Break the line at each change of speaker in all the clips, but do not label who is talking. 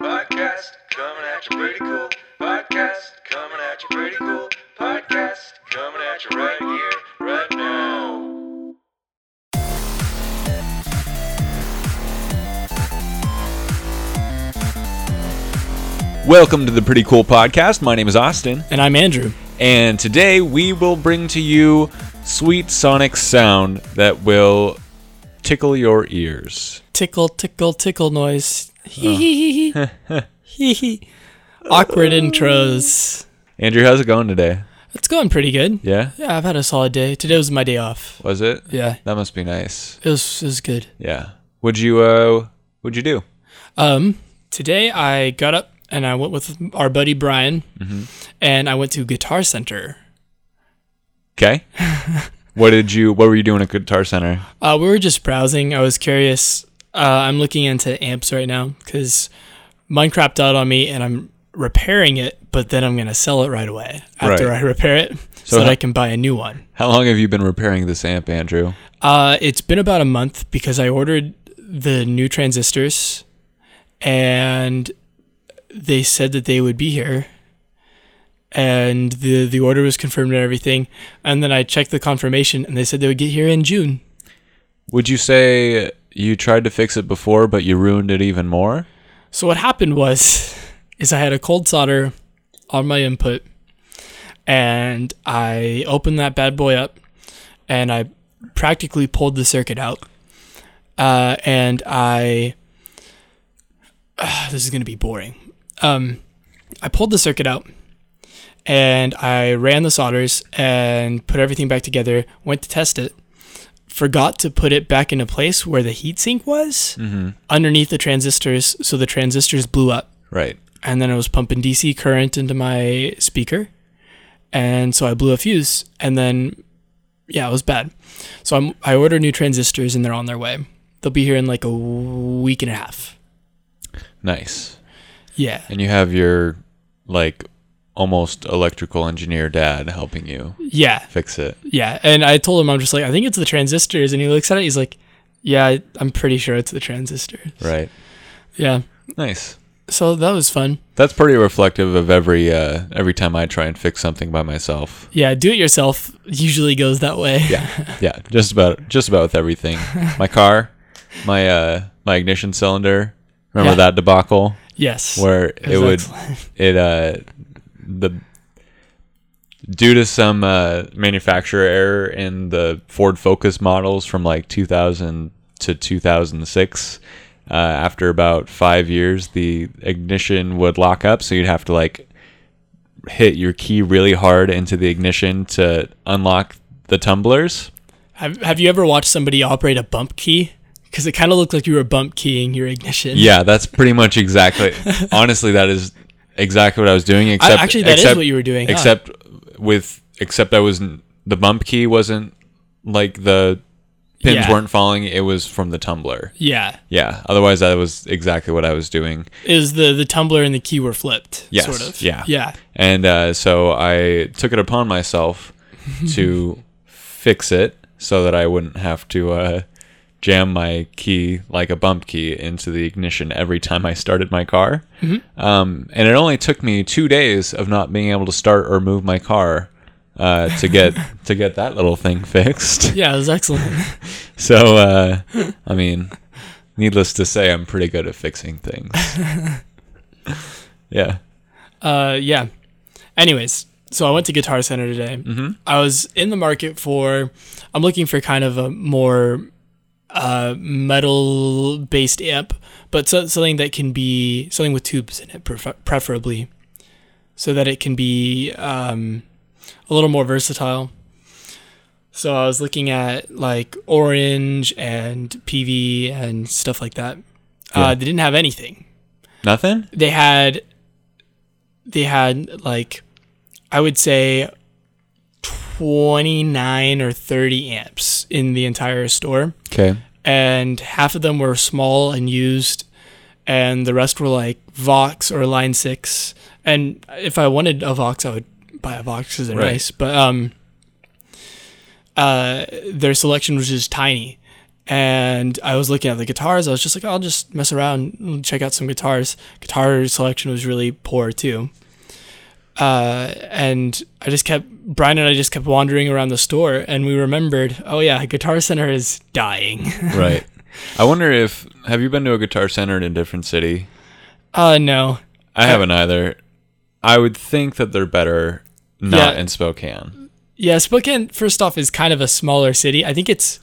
Podcast coming at you pretty cool. Podcast coming at you pretty cool. Podcast coming at you right here, right now.
Welcome to the Pretty Cool Podcast. My name is Austin,
And I'm Andrew.
and today we will bring to you sweet sonic sound that will tickle your ears.
Tickle, tickle, tickle noise. Hee hee hee hee. Hee hee. Awkward intros.
Andrew, how's it going today?
It's going pretty good.
Yeah?
Yeah, I've had a solid day. Today was my day off.
Was it?
Yeah,
That must be nice.
it was, it was good.
Yeah. Would you uh would you do?
Um, today I got up and I went with our buddy Brian, and I went to Guitar Center.
Okay. what did you what were you doing at Guitar Center?
Uh, we were just browsing. I was curious. Uh, I'm looking into amps right now because Minecraft died on me, and I'm repairing it. But then I'm gonna sell it right away after
Right.
I repair it, so,
So
that
ho-
I can buy a new one.
How long have you been repairing this amp, Andrew?
Uh, it's been about a month because I ordered the new transistors, and they said that they would be here, and the the order was confirmed and everything. And then I checked the confirmation, and they said they would get here in June.
Would you say you tried to fix it before but you ruined it even more?
So what happened was, is I had a cold solder on my input, and I opened that bad boy up, and I practically pulled the circuit out, uh, and I. Ah, this is gonna be boring. Um, I pulled the circuit out, and I ran the solders and put everything back together. Went to test it. Forgot to put it back into place where the heatsink was underneath the transistors, so the transistors blew up,
Right.
and then it was pumping DC current into my speaker, and so I blew a fuse, and then yeah, it was bad. So I'm I ordered new transistors, and they're on their way. They'll be here in like a week and a half.
Nice.
Yeah,
And you have your like almost electrical engineer dad helping you
yeah,
fix it.
yeah. And I told him I'm just like I think it's the transistors, and he looks at it, he's like, yeah, I- I'm pretty sure it's the transistors.
Right.
Yeah.
Nice.
So that was fun.
That's pretty reflective of every uh, every time I try and fix something by myself.
Yeah, do it yourself usually goes that way.
Yeah. yeah. Just about just about with everything. My car, my uh my ignition cylinder. Remember
Yeah.
that debacle
yes.
where it would
excellent.
it uh the due to some uh, manufacturer error in the Ford Focus models from like 2000 to 2006. Uh, after about five years, the ignition would lock up, so you'd have to like hit your key really hard into the ignition to unlock the tumblers.
Have Have you ever watched somebody operate a bump key? Because it kind of looked like you were bump keying your ignition.
Yeah, that's pretty much exactly. honestly, that is exactly what I was doing. Except
actually, that is
except-
what you were doing, huh?
Except with except I wasn't the bump key wasn't like the pins
Yeah.
weren't falling. It was from the tumbler.
Yeah.
Yeah. Otherwise, that was exactly what I was doing.
Is the the tumbler and the key were flipped?
Yes,
Sort of.
yeah.
Yeah.
And uh, so I took it upon myself to fix it so that I wouldn't have to uh, jam my key like a bump key into the ignition every time I started my car. Um, and it only took me two days of not being able to start or move my car uh, to get to get that little thing fixed.
Yeah. It was excellent.
So uh, I mean, needless to say, I'm pretty good at fixing things. yeah.
uh. Yeah. Anyways, so I went to Guitar Center today. Mm-hmm. I was in the market for. I'm looking for kind of a more uh metal based amp but so, something that can be something with tubes in it prefer- preferably so that it can be um, a little more versatile. So I was looking at like orange and PV and stuff like that. Uh, they didn't have anything.
Nothing.
They had, they had like, I would say, twenty nine or thirty amps in the entire store
Okay.
and half of them were small and used, and the rest were like Vox or Line Six. And if I wanted a Vox, I would buy a Vox because they're
Right.
nice. But um, uh, their selection was just tiny, and I was looking at the guitars. I was just like, I'll just mess around and check out some guitars. Guitar selection was really poor too. Uh, and I just kept Brian and I just kept wandering around the store, and we remembered, oh yeah, Guitar Center is dying.
Right. I wonder if have you been to a guitar center in a different city?
uh, no,
I haven't either. I would think that they're better not
Yeah.
in Spokane.
yeah, Spokane. First off, is kind of a smaller city. I think it's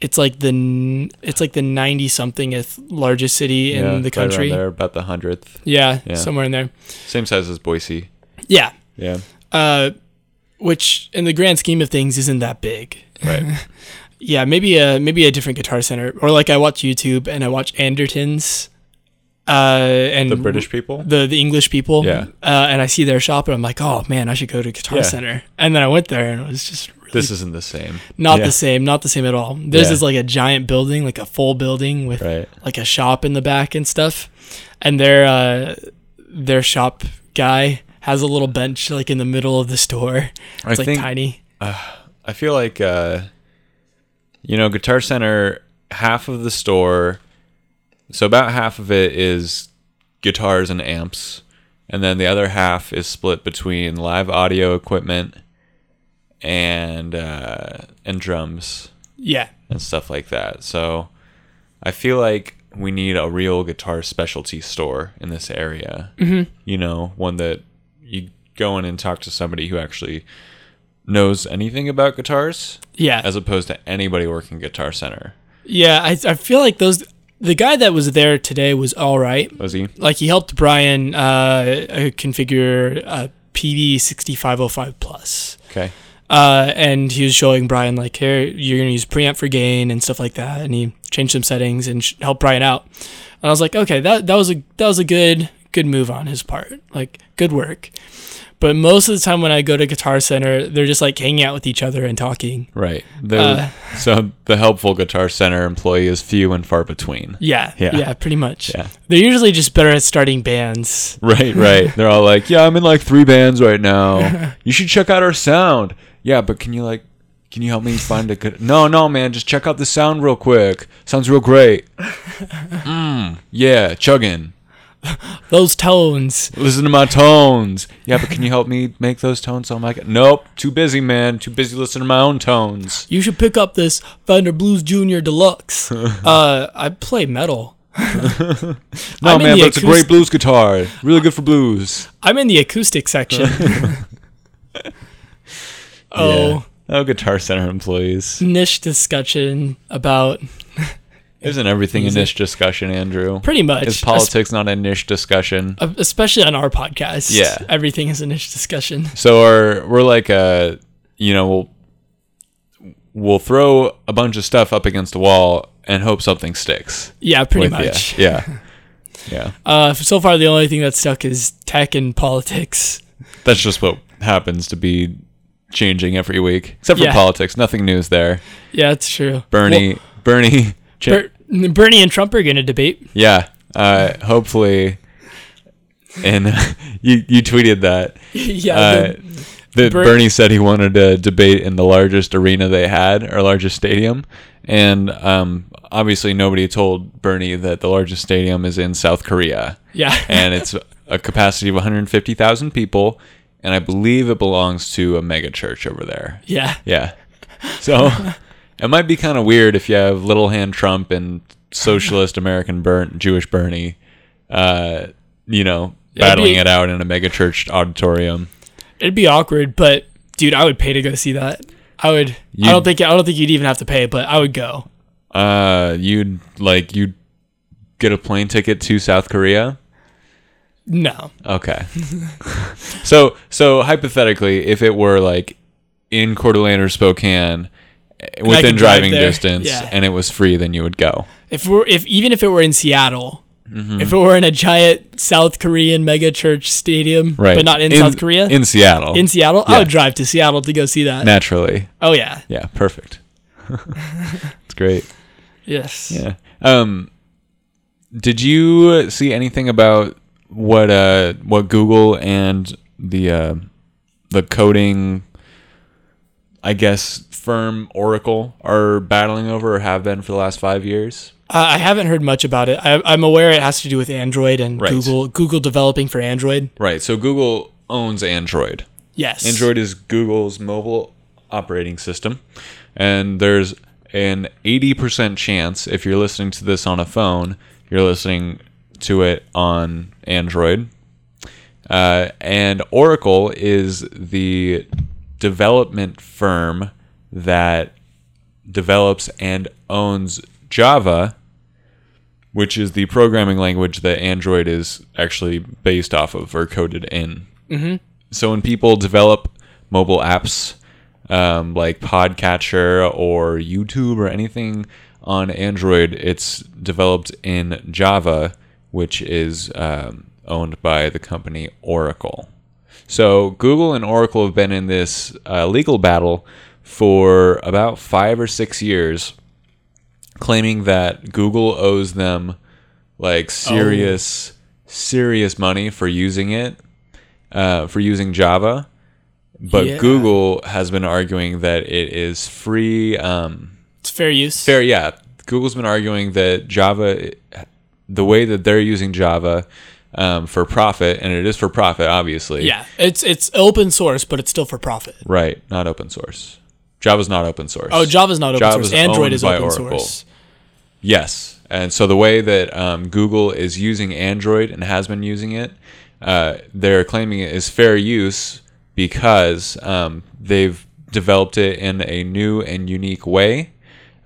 it's like the n- it's like the ninety somethingth largest city in
Yeah,
the
it's right around
country.
there, about the hundredth,
yeah,
Yeah.
somewhere in there.
same size as Boise.
Yeah,
Yeah.
uh, which in the grand scheme of things isn't that big.
Right.
Yeah, maybe a maybe a different guitar center, or like I watch YouTube and I watch Andertons, uh, and
The British people.
the the English people.
Yeah.
uh, and I see their shop and I'm like, oh man, I should go to Guitar
Yeah.
Center. And then I went there and it was just really
this isn't the same.
not
Yeah.
the same, not the same at all. This
Yeah.
is like a giant building, like a full building with
Right.
like a shop in the back and stuff. And their uh, their shop guy has a little bench like in the middle of the store.
I
It's like
think-
tiny.
I feel like uh you know, Guitar Center, half of the store so about half of it is guitars and amps, and then the other half is split between live audio equipment and uh and drums
Yeah.
and stuff like that. So I feel like we need a real guitar specialty store in this area. Mm-hmm. You know, one that you go in and talk to somebody who actually knows anything about guitars
Yeah.
as opposed to anybody working Guitar Center.
yeah, I I feel like those the guy that was there today was all right.
Was he?
Like he helped Brian uh, uh, configure a PV sixty five oh five plus.
Okay.
uh, and he was showing Brian like, here you're gonna use preamp for gain and stuff like that, and he changed some settings and sh- helped Brian out. And I was like, okay, that that was a that was a good good move on his part, like good work. But most of the time when I go to Guitar Center, they're just like hanging out with each other and talking. Uh,
Right. The, so the helpful Guitar Center employee is few and far between.
Yeah,
Yeah.
yeah, pretty much.
Yeah.
They're usually just better at starting bands.
Right, right. They're all like, "Yeah, I'm in like three bands right now. You should check out our sound." Yeah, but can you like, can you help me find a good? No, no, man. Just check out the sound real quick. Sounds real great. Mm, yeah, chugging.
Those tones.
Listen to my tones. Yeah, but can you help me make those tones sound like? Nope, too busy, man. Too busy listening to my own tones.
You should pick up this Fender Blues Junior Deluxe. uh, I play metal.
No,
I'm in
man,
the
but it's a great
acoust-
blues guitar. Really good for blues.
I'm in the acoustic section. oh,
Yeah. Oh, Guitar Center employees.
niche discussion about
Isn't everything a niche discussion, Andrew?
pretty much,
Is politics not a niche discussion?
es- especially on our podcast.
Yeah.
everything is a niche discussion.
So our, we're like a, you know, we'll we'll throw a bunch of stuff up against the wall and hope something sticks.
Yeah, pretty
With ya.
much.
Yeah. Yeah.
Uh, so far, the only thing that's stuck is tech and politics.
That's just what happens to be changing every week. Except for
Yeah.
politics, nothing new is there.
Yeah, it's true.
Bernie, Bernie, cha-
Well, Ber- Bernie and Trump are going to debate.
yeah. Uh, hopefully, and you you tweeted that.
yeah,
Uh,
the-
that
Ber-
Bernie said he wanted to debate in the largest arena they had or largest stadium, and um, obviously nobody told Bernie that the largest stadium is in South Korea,
yeah,
and it's a capacity of 150,000 people, and I believe it belongs to a mega church over there.
yeah.
Yeah, so it might be kind of weird if you have Little Hand Trump and socialist American Bern- Jewish Bernie, uh, you know,
it'd be-
battling it out in a mega church auditorium.
It'd be awkward, but dude, I would pay to go see that. I would. I
You'd-
don't think. I don't think you'd even have to pay, but I would go.
Uh, you'd like you'd get a plane ticket to South Korea.
No.
Okay. so so hypothetically, if it were like in Coeur d'Alene or Spokane, eh, within
could drive
driving
there.
distance,
Yeah.
and it was free, then you would go.
if we're if even if it were in Seattle,
Mm-hmm.
if it were in a giant South Korean mega church stadium,
Right.
but not in, South Korea, in,
In Seattle.
Seattle,
yeah.
I would drive to Seattle to go see that.
naturally.
Oh yeah,
Yeah. Perfect. it's great.
yes.
Yeah. Um, did you see anything about what uh what Google and the uh, the coding? I guess, firm Oracle are battling over or have been for the last five years.
Uh, I haven't heard much about it. I, I'm aware it has to do with Android and
Right.
Google Google developing for Android.
Right. So Google owns Android.
Yes,
Android is Google's mobile operating system, and there's an 80% chance if you're listening to this on a phone, you're listening to it on Android. Uh, and Oracle is the development firm that develops and owns Java, which is the programming language that Android is actually based off of or coded in so when people develop mobile apps um, like podcatcher or youtube or anything on android it's developed in java which is um, owned by the company oracle so google and oracle have been in this uh, legal battle for about five or six years claiming that google owes them
Oh.
like serious serious money for using it uh, for using Java, but
Yeah.
Google has been arguing that it is free. Um,
it's fair use.
fair, yeah. Google's been arguing that Java, the way that they're using Java um, for profit, and it is for profit, obviously.
Yeah, it's it's open source, but it's still for profit.
Right. Not open source. Java's not open source.
Oh, Java's not open
Java's
source. Android
owned
is
by
open
Oracle.
source.
Yes. And so the way that um, Google is using Android and has been using it, uh, they're claiming it is fair use because um, they've developed it in a new and unique way,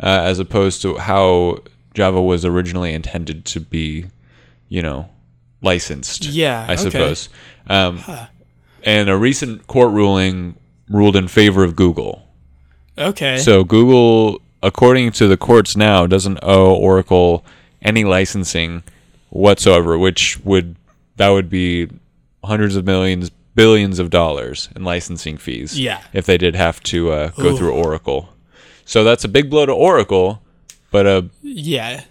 uh, as opposed to how Java was originally intended to be, you know, licensed.
Yeah,
I
okay.
suppose. Um, And a recent court ruling ruled in favor of Google.
Okay.
So Google, according to the courts now, doesn't owe Oracle any licensing whatsoever, which would that would be hundreds of millions, billions of dollars in licensing fees.
Yeah.
If they did have to uh, go
Ooh.
through Oracle, so that's a big blow to Oracle, but uh,
yeah.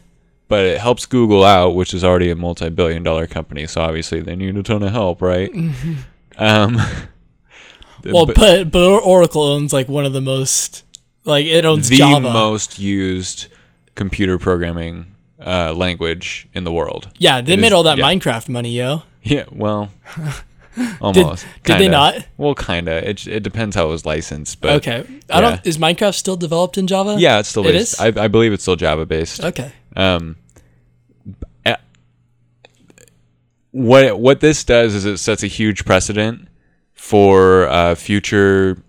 but it helps Google out, which is already a multi-billion dollar company. So obviously they need a ton of help, right? um.
Well, but but Oracle owns like one of the most like it owns
the
Java.
most used computer programming uh, language in the world.
yeah, they
It
made
is-
all that
yeah.
Minecraft money, yo.
Yeah, well, almost.
did they
kinda.
not?
Well, kinda. It it depends how it was licensed, but
Okay.
yeah.
I don't is Minecraft still developed in Java?
Yeah, it's still
It
based.
is?
I, I believe it's still Java based.
Okay.
Um, eh, what what this does is it sets a huge precedent for uh, future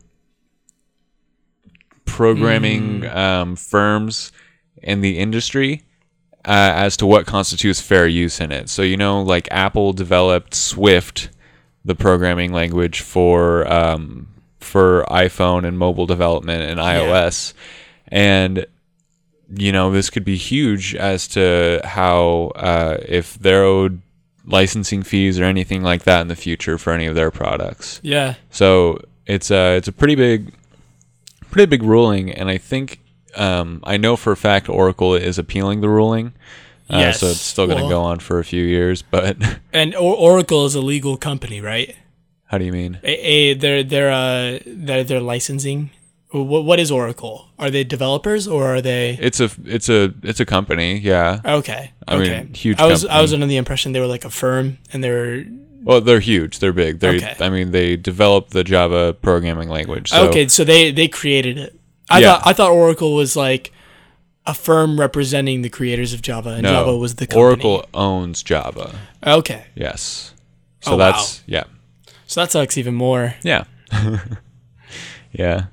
programming um, firms in the industry uh, as to what constitutes fair use in it. So you know, like Apple developed Swift, the programming language for um, for iPhone and mobile development and iOS, and you know, this could be huge as to how uh, if they're owed licensing fees or anything like that in the future for any of their products.
Yeah.
So it's a it's a pretty big, pretty big ruling, and I think um, I know for a fact Oracle is appealing the ruling. Uh, So
Yes.
it's still going to
Well-
go on for a few years. But
And or- Oracle is a legal company, right?
how do you mean?
A, a they're they're uh they're, they're licensing. What what is Oracle? Are they developers or are they
It's a it's a it's a company. Yeah.
Okay.
I mean,
okay.
huge
I was I
company.
was under the impression they were like a firm and they're
Well, they're huge. They're big. They
Okay.
I mean they developed the Java programming language. So
okay, so they they created it. I
Yeah.
thought I thought Oracle was like a firm representing the creators of Java, and
no,
Java was the company.
Oracle owns Java.
Okay,
Yes. So
Oh, wow.
that's yeah.
so that sucks even more.
Yeah. yeah.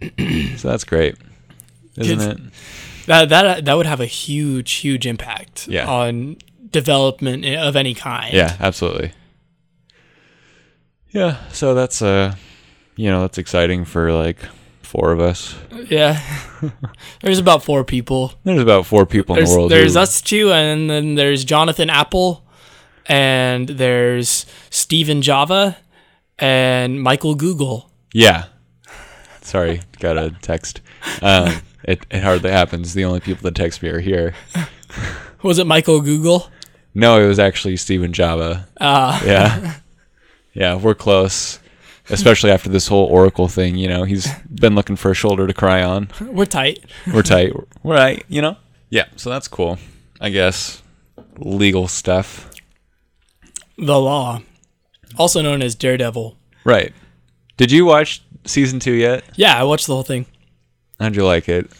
so that's great. Isn't it?
Kids- That that that would have a huge huge impact
Yeah.
on development i- of any kind.
Yeah, absolutely. Yeah, so that's uh you know, that's exciting for like four of us.
Yeah. there's about four people.
There's about four people in
There's
the world.
there's
who-
us two, and then there's Jonathan Apple, and there's Steven Java, and Michael Google.
Yeah. Sorry, got a text. Um it, it hardly happens. The only people that text me are here.
Was it Michael Google?
No, it was actually Steven Java. Uh, yeah. Yeah, we're close. especially after this whole Oracle thing. You know, he's been looking for a shoulder to cry on.
We're tight.
We're tight. We're right. You know. Yeah. So that's cool. I guess legal stuff.
The Law, also known as Daredevil.
Right. Did you watch season two yet?
Yeah, I watched the whole thing.
How'd you like it?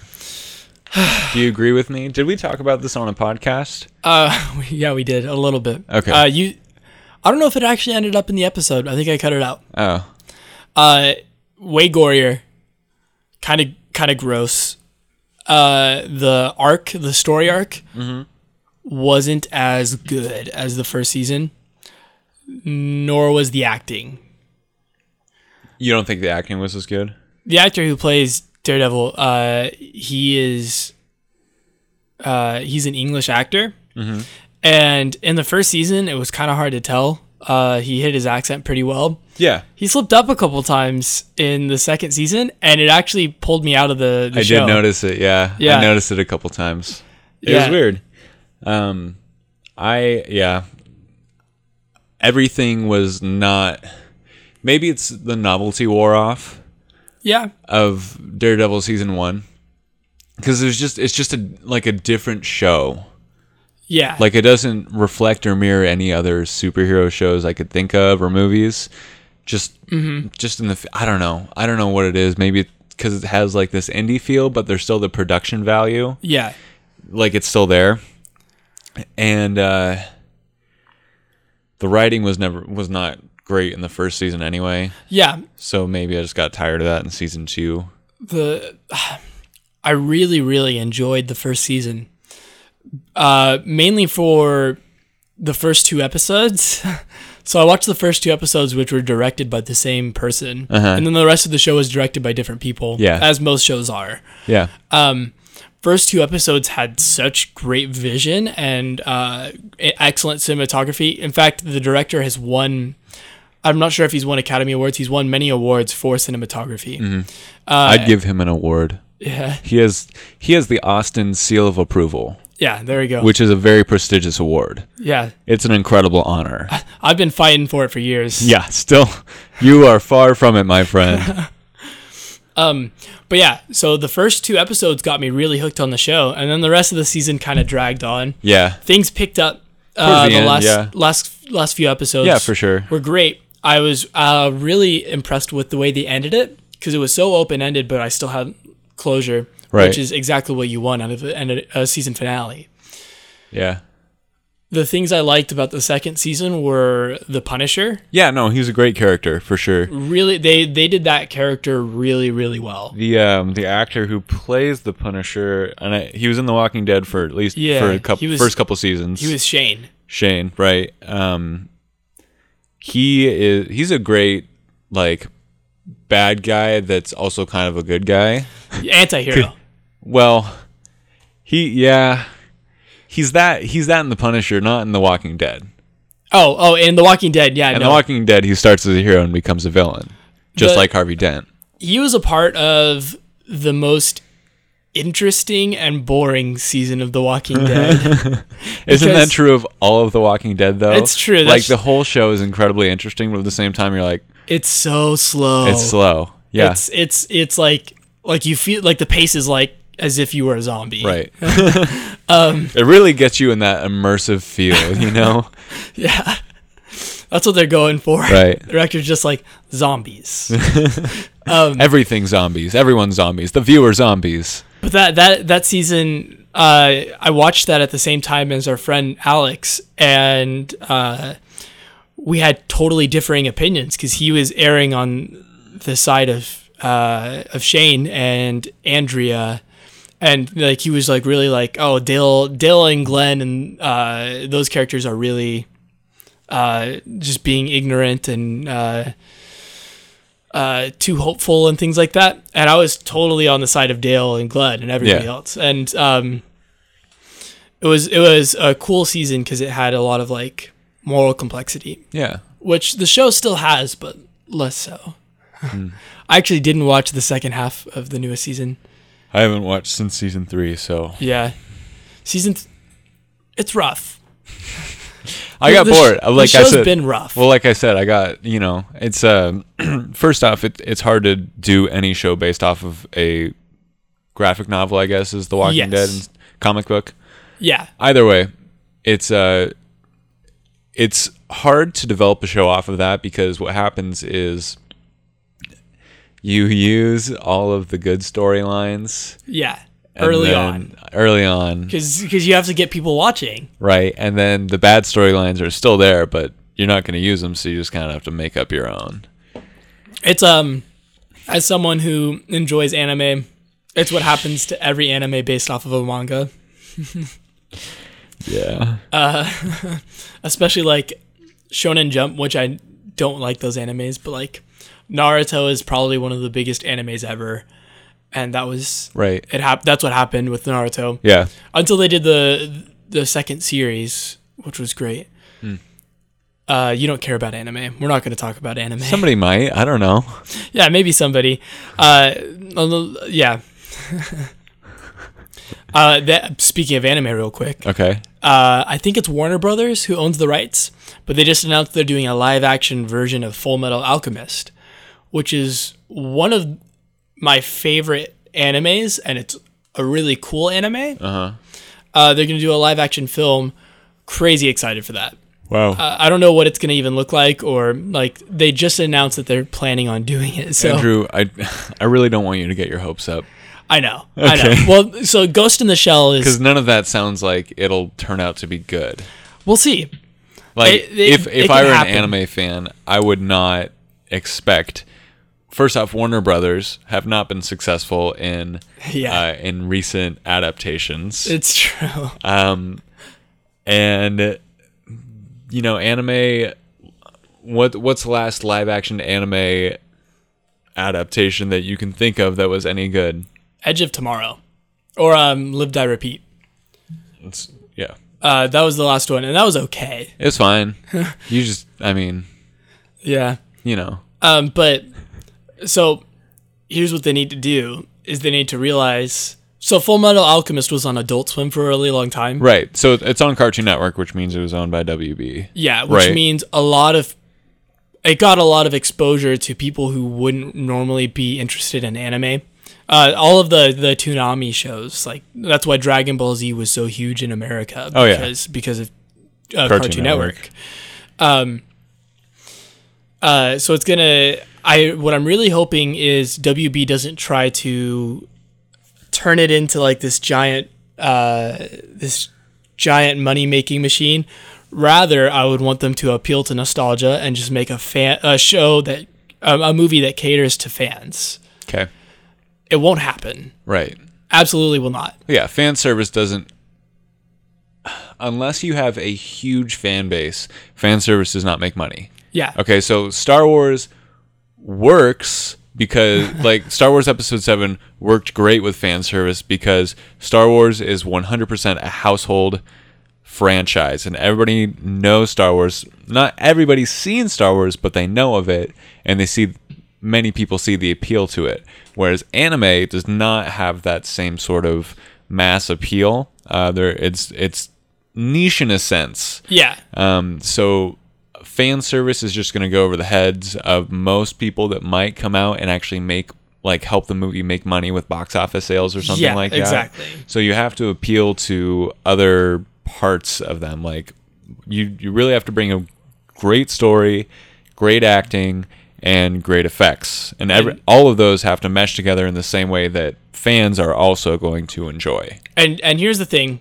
Do you agree with me? Did we talk about this on a podcast?
Uh, yeah, we did a little bit.
Okay.
Uh, you, I don't know if it actually ended up in the episode. I think I cut it out.
Oh,
Uh, way gorier, kind of kind of gross. Uh, the arc, the story arc, wasn't as good as the first season, nor was the acting.
you don't think the acting was as good?
the actor who plays Daredevil, uh, he is uh, he's an English actor,
Mm-hmm.
and in the first season, it was kind of hard to tell. Uh, he hit his accent pretty well.
Yeah,
He slipped up a couple times in the second season, and it actually pulled me out of the, the
I
show.
did notice it. Yeah,
Yeah.
I noticed it a couple times. It was
Yeah.
weird. Um, I yeah, everything was not. Maybe it's the novelty wore off.
Yeah,
of Daredevil season one because there's just it's just a like a different show.
yeah,
Like it doesn't reflect or mirror any other superhero shows I could think of or movies. Just just in the f- I don't know I don't know what it is. Maybe because it has like this indie feel, but there's still the production value.
yeah,
Like it's still there, and uh, the writing was never was not great in the first season anyway.
yeah.
So maybe I just got tired of that in season two.
the I really really enjoyed the first season. Uh mainly for the first two episodes. so I watched the first two episodes which were directed by the same person. And then the rest of the show was directed by different people
Uh-huh. Yeah.
as most shows are.
Yeah.
First two episodes had such great vision and uh excellent cinematography. In fact, the director has won I'm not sure if he's won Academy Awards. He's won many awards for cinematography.
Mm-hmm. I'd give him an award.
Yeah.
He has he has the Austin Seal of Approval,
Yeah, there we go.
which is a very prestigious award.
yeah.
It's an incredible honor.
I've been fighting for it for years.
yeah, still you are far from it, my friend.
But yeah, so the first two episodes got me really hooked on the show, and then the rest of the season kind of dragged on.
Yeah.
Things picked up uh,
Towards
the,
the end,
last
yeah.
last last few episodes.
Yeah, for sure.
Were great. I was uh, really impressed with the way they ended it because it was so open ended, but I still had closure,
Right.
which is exactly what you want out of a, and a, a season finale.
Yeah.
The things I liked about the second season were the Punisher.
Yeah, no, he's a great character for sure.
Really, they they did that character really really well.
The um the actor who plays the Punisher and I, he was in The Walking Dead for at least
Yeah,
for a couple
he was-
first couple seasons.
He was Shane.
Shane, right? Um, he is he's a great like bad guy that's also kind of a good guy.
anti-hero
Well, he yeah, he's that he's that in the Punisher, not in the Walking Dead.
oh oh in the walking dead yeah
In
no.
the Walking Dead, he starts as a hero and becomes a villain, just
The-
like Harvey Dent.
he was a part of the most interesting and boring season of the walking dead
Isn't that
because-
true of all of the Walking Dead though?
It's true,
Like
that's-
the whole show is incredibly interesting, but at the same time, you're like
it's so slow
it's slow. Yeah,
Oh. it's it's it's like like you feel like the pace is like as if you were a zombie
right.
Um,
it really gets you in that immersive feel, you know.
yeah that's what they're going for
Right.
the director's just like zombies Um,
Everything zombies. Everyone's zombies. The viewer zombies.
But that that that season, uh, I watched that at the same time as our friend Alex, and uh, we had totally differing opinions because he was erring on the side of uh, of Shane and Andrea, and like he was like really like oh Dale Dale and Glenn and uh, those characters are really uh, just being ignorant and. Uh, uh, too hopeful and things like that. And I was totally on the side of Dale and Glenn and everybody
Yeah.
else. And um, it was it was a cool season because it had a lot of like moral complexity,
Yeah.
which the show still has, but less so.
Hmm.
I actually didn't watch the second half of the newest season.
I haven't watched since season three, so
Yeah, season th- it's rough.
I got
the sh-
bored. Like
the show's
I said,
been rough.
Well, like I said, I got you know, it's uh, first off, it, it's hard to do any show based off of a graphic novel. I guess is The Walking
Yes.
Dead and comic book.
yeah,
Either way, it's uh, it's hard to develop a show off of that because what happens is you use all of the good storylines
yeah.
and
Early
then-
on,
Early on,
because you have to get people watching.
right? And then the bad storylines are still there, but you're not going to use them, so you just kind of have to make up your own.
It's um, as someone who enjoys anime, it's what happens to every anime based off of a manga.
Yeah.
especially like Shonen Jump, which I don't like those animes, but like Naruto is probably one of the biggest animes ever, and that was
Right.
it. Hap- that's what happened with Naruto
Yeah.
until they did the the second series, which was great. Uh, you don't care about anime. We're not going to talk about anime.
Somebody might. I don't know.
yeah, maybe somebody. Uh, although- yeah. uh, that, speaking of anime, real quick
Okay.
uh, I think it's Warner Brothers who owns the rights, but they just announced they're doing a live action version of Full Metal Alchemist, which is one of my favorite animes, and it's a really cool anime. Uh-huh. they're going to do a live action film. Crazy excited for that.
Wow.
Uh, I don't know what it's going to even look like, or like they just announced that they're planning on doing it. So
Andrew, I, I really don't want you to get your hopes up
I know, I know. Well, so Ghost in the Shell
because
is.
none of that sounds like it'll turn out to be good.
We'll see.
Like
It- it-
if
it
if
can
I were
happen.
an anime fan, I would not expect. First off, Warner Brothers have not been successful in
Yeah.
uh, in recent adaptations.
It's true.
um, and you know anime what what's the last live action anime adaptation that you can think of that was any good
Edge of Tomorrow, or um, Live Die Repeat.
it's yeah
Uh, that was the last one, and that was okay.
it's fine you just i mean
Yeah.
you know
Um, but so here's what they need to do: is they need to realize. So Full Metal Alchemist was on Adult Swim for a really long time.
right so it's on cartoon network which means it was owned by wb
Yeah, which
Right.
means a lot of it got a lot of exposure to people who wouldn't normally be interested in anime. Uh, all of the the Toonami shows, like that's why Dragon Ball Z was so huge in America. Because,
Oh, yeah.
because of uh, Cartoon, Network. Um, uh, so it's gonna. I what I'm really hoping is WB doesn't try to turn it into like this giant, uh, this giant money making machine. Rather, I would want them to appeal to nostalgia and just make a fan a show that um, a movie that caters to fans.
okay
It won't happen.
right
Absolutely will not.
yeah fan service doesn't unless you have a huge fan base fan service does not make money
Yeah.
Okay, so Star Wars works because like Star Wars episode 7 worked great with fan service because Star Wars is 100% a household franchise and everybody knows Star Wars. Not everybody's seen Star Wars, but they know of it and they see many people see the appeal to it. Whereas anime does not have that same sort of mass appeal. Uh, there it's it's niche in a sense.
Yeah.
Um, so fan service is just going to go over the heads of most people that might come out and actually make like help the movie make money with box office sales or something
Yeah,
like that.
exactly.
So you have to appeal to other parts of them. Like you, you really have to bring a great story, great acting, and great effects, and every, all of those have to mesh together in the same way that fans are also going to enjoy.
And and here's the thing,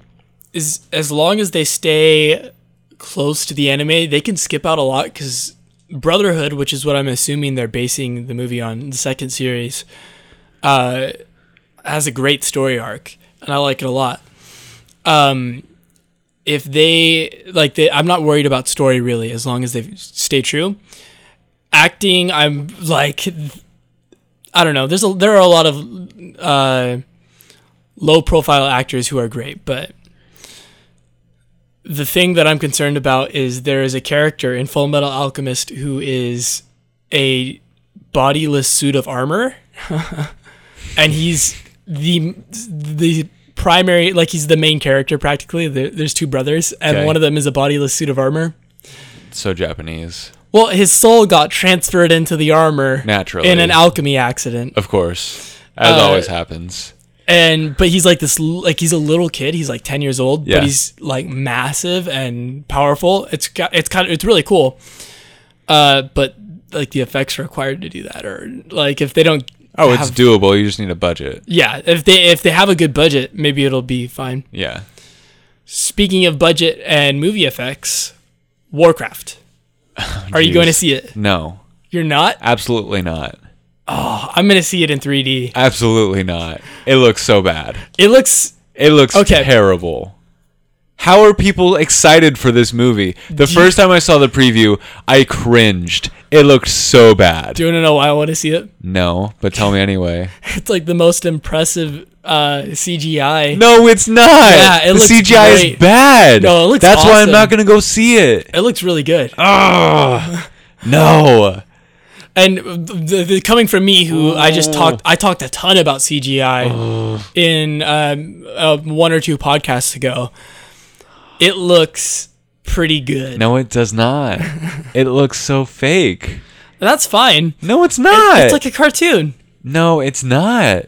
is as long as they stay close to the anime, they can skip out a lot because Brotherhood, which is what I'm assuming they're basing the movie on, the second series, uh, has a great story arc, and I like it a lot. Um, if they like, they, I'm not worried about story really, as long as they stay true. Acting, I'm like, I don't know. There's a there are a lot of uh low profile actors who are great, but the thing that I'm concerned about is there is a character in Full Metal Alchemist who is a bodiless suit of armor, and he's the the primary like he's the main character practically. There, there's two brothers, and
Okay.
one of them is a bodiless suit of armor.
so Japanese.
Well, his soul got transferred into the armor
Naturally.
in an alchemy accident.
Of course. As
Uh,
always happens.
And but he's like this l- like he's a little kid, he's like 10 years old,
Yeah.
but he's like massive and powerful. It's got, it's kind of it's really cool. Uh but like the effects required to do that or like if they don't
Oh, it's
have-
doable. You just need a budget.
Yeah, if they if they have a good budget, maybe it'll be fine.
Yeah.
Speaking of budget and movie effects, Warcraft. Are you
Jeez.
going to see it?
No.
You're not?
Absolutely not.
I'm going to see it in 3D.
Absolutely not. It looks so bad.
It looks
It looks
Okay.
terrible. How are people excited for this movie? The first time I saw the preview, I cringed. It looked so bad.
Do you want to know why I want to see it?
no, but tell me anyway.
It's like the most impressive uh, CGI.
No, it's not.
Yeah, it
the
looks
CGI is
great.
bad.
No, it looks
That's why I'm
awesome.
not gonna go see it.
It looks really good.
No.
And the, the, coming from me, who I just talked, I talked a ton about CGI in um, uh, one or two podcasts ago. It looks pretty good.
No, it does not. it looks so fake.
That's fine.
No, it's not.
It's like a cartoon.
no, it's not.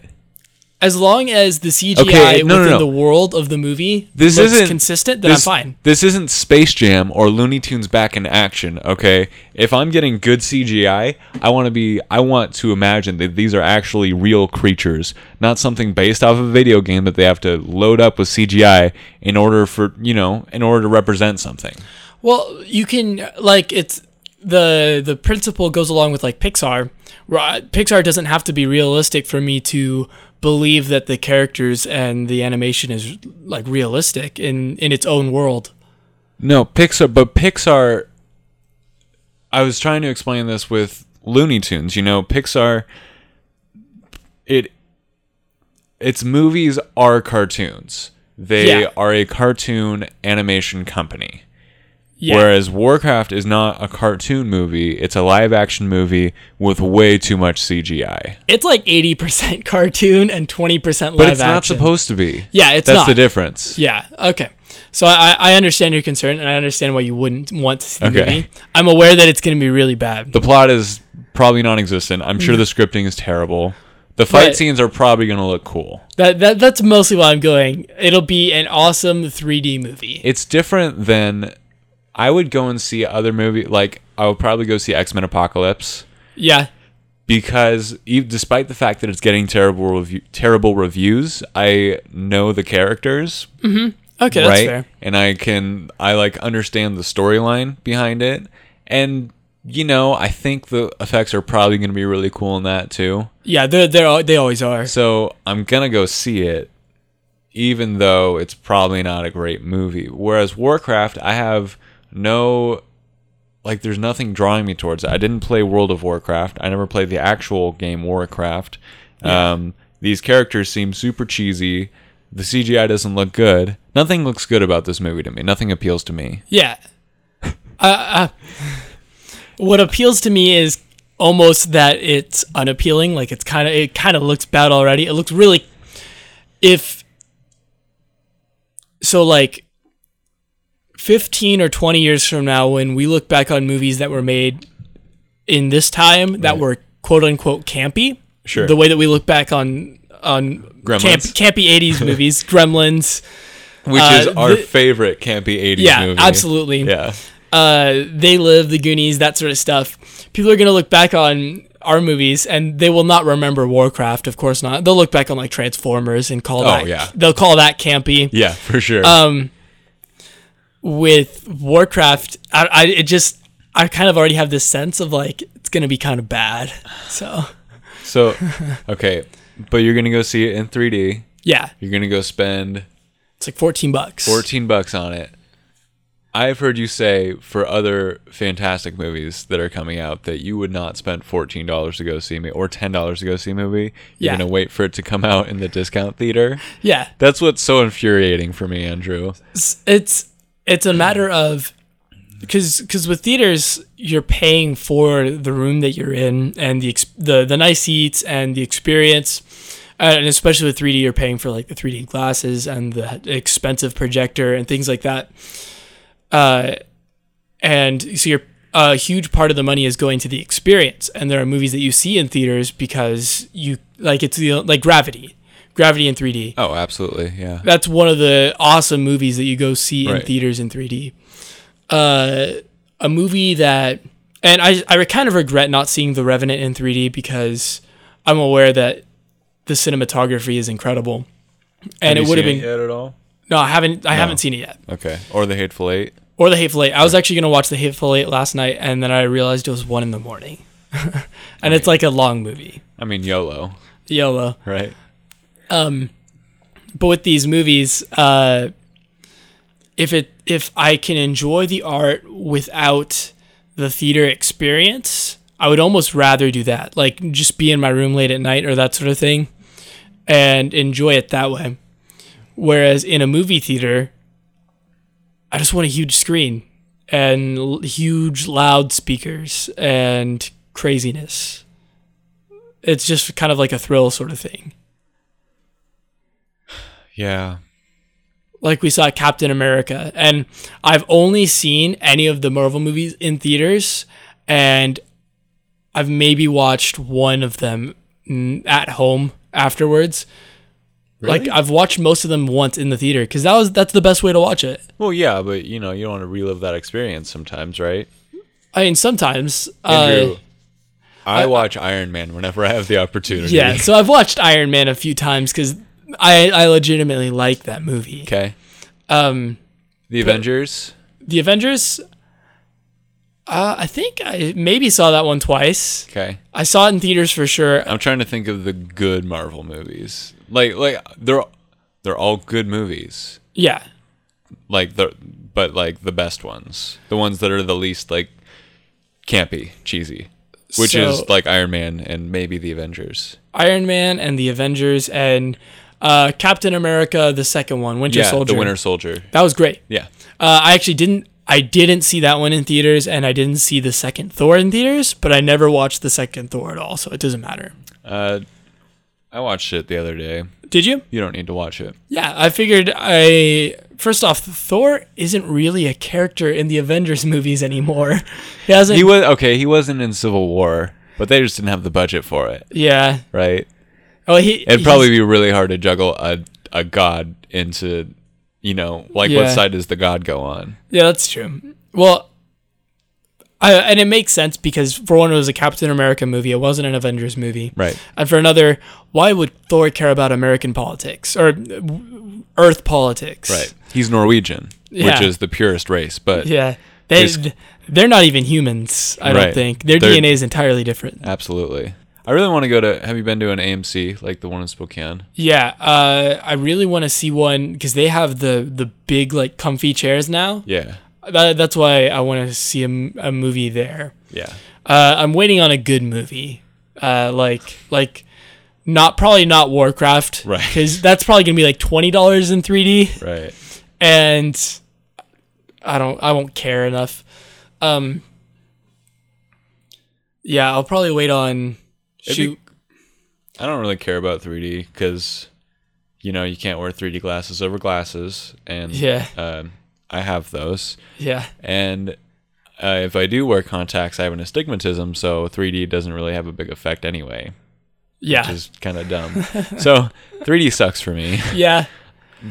As long as the CGI
Okay, no, no,
within
no.
the world of the movie
This
looks
isn't
consistent, then
this,
I'm fine.
This isn't Space Jam or Looney Tunes back in action. Okay, if I'm getting good CGI, I want to be. I want to imagine that these are actually real creatures, not something based off of a video game that they have to load up with CGI in order for you know in order to represent something.
Well, you can like it's the the principle goes along with like Pixar. where I- Pixar doesn't have to be realistic for me to believe that the characters and the animation is like realistic in in its own world.
No, Pixar, but Pixar. I was trying to explain this with Looney Tunes. You know, Pixar. It. Its movies are cartoons. They
Yeah.
are a cartoon animation company.
Yeah.
Whereas Warcraft is not a cartoon movie; it's a live-action movie with way too much CGI.
It's like 80% cartoon and 20% live
But it's not
action.
supposed to be.
Yeah, it's
that's
not.
the difference.
Yeah. Okay. So I, I understand your concern, and I understand why you wouldn't want to see the
Okay.
movie. I'm aware that it's going to be really bad.
The plot is probably non-existent. I'm sure the scripting is terrible. The fight
But-
scenes are probably going to look cool.
That, that that's mostly why I'm going. It'll be an awesome 3D movie.
It's different than I would go and see other movie. Like I would probably go see X Men Apocalypse
Yeah.
because e- despite the fact that it's getting terrible review- terrible reviews, I know the characters
Okay, that's
right,
fair.
and I can I like understand the storyline behind it, and you know I think the effects are probably going to be really cool in that too.
Yeah, they're they're al- they always are.
So I'm gonna go see it, even though it's probably not a great movie. Whereas Warcraft, I have no like there's nothing drawing me towards it. I didn't play World of Warcraft. I never played the actual game Warcraft. Um, these characters seem super cheesy. The CGI doesn't look good. Nothing looks good about this movie to me. Nothing appeals to me.
Yeah. Uh, uh, what appeals to me is almost that it's unappealing. Like it's kind of it kind of looks bad already. It looks really if so like 15 or 20 years from now when we look back on movies that were made in this time that were quote unquote campy
Sure.
the way that we look back on on camp,
Gremlins.
campy 80s movies gremlins
Which is
Uh,
our
the-
favorite campy 80s
yeah
movie.
absolutely
Yeah.
uh, They Live, The Goonies, that sort of stuff. People are gonna look back on our movies and they will not remember Warcraft, of course not. They'll look back on like Transformers and call that
Oh, yeah.
they'll call that campy.
Yeah, for sure.
Um, With Warcraft, I, I it just I kind of already have this sense of like it's gonna be kind of bad. So
so, okay. But you're going to go see it in 3D.
yeah,
You're gonna go spend
it's like fourteen bucks.
fourteen bucks on it. I've heard you say for other fantastic movies that are coming out that you would not spend fourteen dollars to go see me or ten dollars to go see a movie. You're
Yeah.
gonna wait for it to come out in the discount theater.
Yeah,
That's what's so infuriating for me, Andrew.
it's it's, it's a matter of because because with theaters you're paying for the room that you're in and the ex- the the nice seats and the experience uh, and especially with 3D you're paying for like the 3D glasses and the expensive projector and things like that uh and so you're a huge part of the money is going to the experience and there are movies that you see in theaters because you like it's the like gravity gravity in 3d
Oh, absolutely. Yeah.
that's one of the awesome movies that you go see in
Right.
theaters in 3d uh, a movie that and I, I kind of regret not seeing the revenant in 3d because i'm aware that the cinematography is incredible and it would have been
yet at all.
no i haven't i haven't seen it yet
Okay. Or the Hateful Eight.
or the Hateful Eight. I was actually gonna watch the Hateful Eight last night, and then I realized it was one in the morning, and it's like a long movie.
I mean YOLO,
YOLO.
right?
But with these movies, uh, if it if I can enjoy the art without the theater experience, I would almost rather do that. Like just be in my room late at night or that sort of thing, and enjoy it that way. Whereas in a movie theater, I just want a huge screen and l- huge loudspeakers and craziness. It's just kind of like a thrill sort of thing.
Yeah.
Like we saw Captain America, and I've only seen any of the Marvel movies in theaters, and I've maybe watched one of them mm, at home afterwards. Like I've watched most of them once in the theater because that was that's the best way to watch it.
Well, yeah, but you know, you don't want to relive that experience sometimes, right?
I mean, sometimes uh,
Andrew, I, watch Iron Man whenever I have the opportunity.
Yeah, so I've watched Iron Man a few times because I, I legitimately like that movie.
Okay.
Um,
The Avengers.
the Avengers, uh, I think I maybe saw that one twice.
Okay.
I saw it in theaters for sure.
I'm trying to think of the good Marvel movies. Like like they're they're all good movies.
Yeah,
Like the but like the best ones. The ones that are the least like campy, cheesy. Which
So-
is like Iron Man and maybe the Avengers.
Iron Man and the Avengers and uh, Captain America, the second one, Winter
yeah,
Soldier.
the Winter Soldier.
That was great.
Yeah.
Uh, I actually didn't. I didn't see that one in theaters, and I didn't see the second Thor in theaters. But I never watched the second Thor at all, so it doesn't matter.
Uh, I watched it the other day.
Did you?
You don't need to watch it.
Yeah, I figured I first off, Thor isn't really a character in the Avengers movies anymore. He hasn't.
He was okay. He wasn't in Civil War, but they just didn't have the budget for it,
yeah.
right?
Oh, he.
It'd
he's-
probably be really hard to juggle a a god into, you know, like
Yeah.
what side does the god go on?
Yeah, that's true. Well, I, and it makes sense because for one, it was a Captain America movie. It wasn't an Avengers movie.
Right.
And for another, why would Thor care about American politics or uh, Earth politics?
Right. He's Norwegian,
Yeah.
which is the purest race, but
Yeah. They,
There's-
they're not even humans. I don't
Right.
think their
They're-
DNA is entirely different.
absolutely. I really want to go to. Have you been to an AMC like the one in Spokane?
Yeah, uh, I really want to see one because they have the the big like comfy chairs now.
Yeah.
That, that's why I want to see a, m- a movie there.
Yeah.
Uh, I'm waiting on a good movie, uh, like like not probably not Warcraft,
Right.
Because that's probably gonna be like twenty dollars in 3D,
Right.
and I don't I won't care enough. Um, yeah, I'll probably wait on
It'd
shoot.
I don't really care about 3D because, you know, you can't wear 3D glasses over glasses, and
Yeah.
um, I have those.
yeah,
And uh, if I do wear contacts, I have an astigmatism, so 3D doesn't really have a big effect anyway,
yeah,
which is kind of dumb. so 3D sucks for me,
yeah.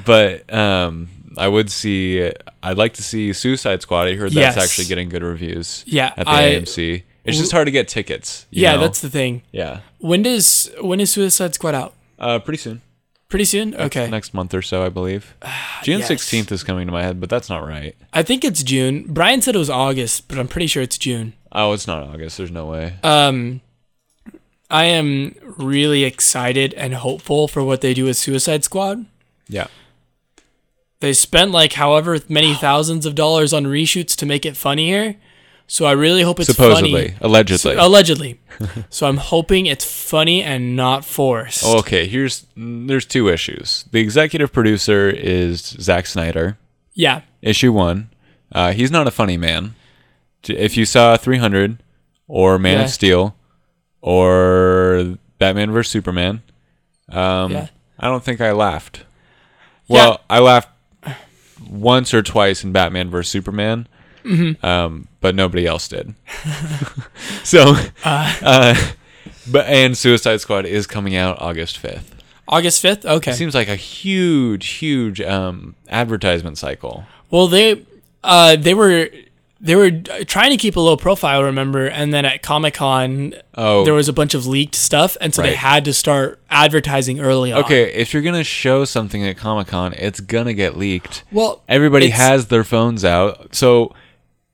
but um, I would see. I'd like to see Suicide Squad. I heard
Yes.
that's actually getting good reviews.
Yeah,
at the
I-
AMC. It's just hard to get tickets. you
Yeah,
know?
that's the thing.
yeah.
When does when is Suicide Squad out?
Uh, pretty soon.
Pretty soon. Okay. Ah,
next month or so, I believe. June
yes.
sixteenth is coming to my head, but that's not right.
I think it's June. Brian said it was August, but I'm pretty sure it's June.
Oh, it's not August. There's no way.
Um, I am really excited and hopeful for what they do with Suicide Squad.
yeah,
They spent like however many thousands of dollars on reshoots to make it funnier. So I really hope it's
supposedly,
funny.
allegedly.
Allegedly. so I'm hoping it's funny and not forced.
okay, here's mm, there's two issues. The executive producer is Zack Snyder.
Yeah.
Issue one, uh, he's not a funny man. J- If you saw 300 or Man
Yeah.
of Steel or Batman vs Superman, um,
Yeah.
I don't think I laughed. Well, I laughed once or twice in Batman vs Superman.
Mm-hmm.
um, but nobody else did. so, uh, but and Suicide Squad is coming out August fifth.
August 5th? Okay.
Seems like a huge, huge um, advertisement cycle.
Well, they uh, they were they were trying to keep a low profile, remember? And then at Comic Con,
Oh.
there was a bunch of leaked stuff, and so they
Right.
had to start advertising early on.
Okay, if you're gonna show something at Comic Con, it's gonna get leaked.
Well,
Everybody
it's-
has their phones out, so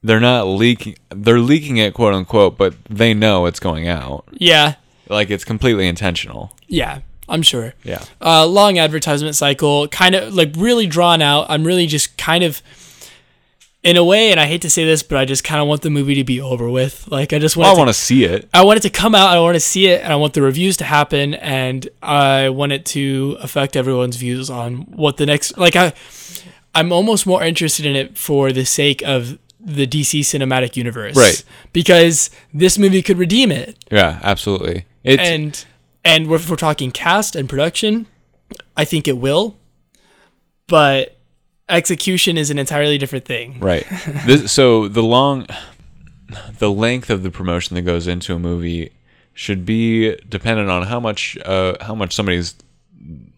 they're not leaking. They're leaking it, quote unquote, but they know it's going out.
Yeah,
Like it's completely intentional.
yeah, I'm sure.
Yeah.
Uh, long advertisement cycle, kind of like really drawn out. I'm really just kind of. In a way, and I hate to say this, but I just kind of want the movie to be over with. Like, I just want.
I
it to
want to see it.
I want it to come out. I want to see it, and I want the reviews to happen, and I want it to affect everyone's views on what the next. Like I, I'm almost more interested in it for the sake of the DC cinematic universe,
Right.
Because this movie could redeem it,
Yeah, absolutely. It's
and and if we're talking cast and production, I think it will, but execution is an entirely different thing.
right. this, so the long, the length of the promotion that goes into a movie should be dependent on how much, uh, how much somebody's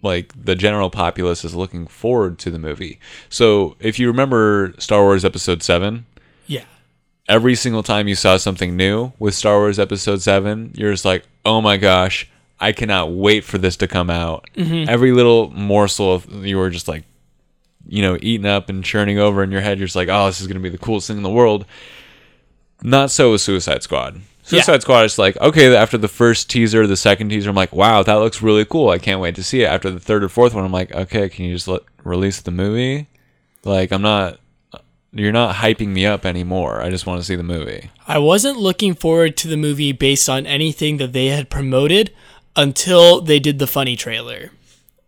like the general populace is looking forward to the movie. So if you remember Star Wars Episode Seven,
Yeah,
every single time you saw something new with Star Wars Episode 7, you're just like, oh my gosh, I cannot wait for this to come out. Every little morsel of, you were just like, you know, eating up and churning over in your head. You're just like, oh, this is going to be the coolest thing in the world. Not so with Suicide Squad. Suicide Squad is like, okay, after the first teaser, the second teaser, I'm like, wow, that looks really cool. I can't wait to see it. After the third or fourth one, I'm like, okay, can you just let, release the movie? Like, I'm not, you're not hyping me up anymore. I just want to see the movie.
I wasn't looking forward to the movie based on anything that they had promoted until they did the funny trailer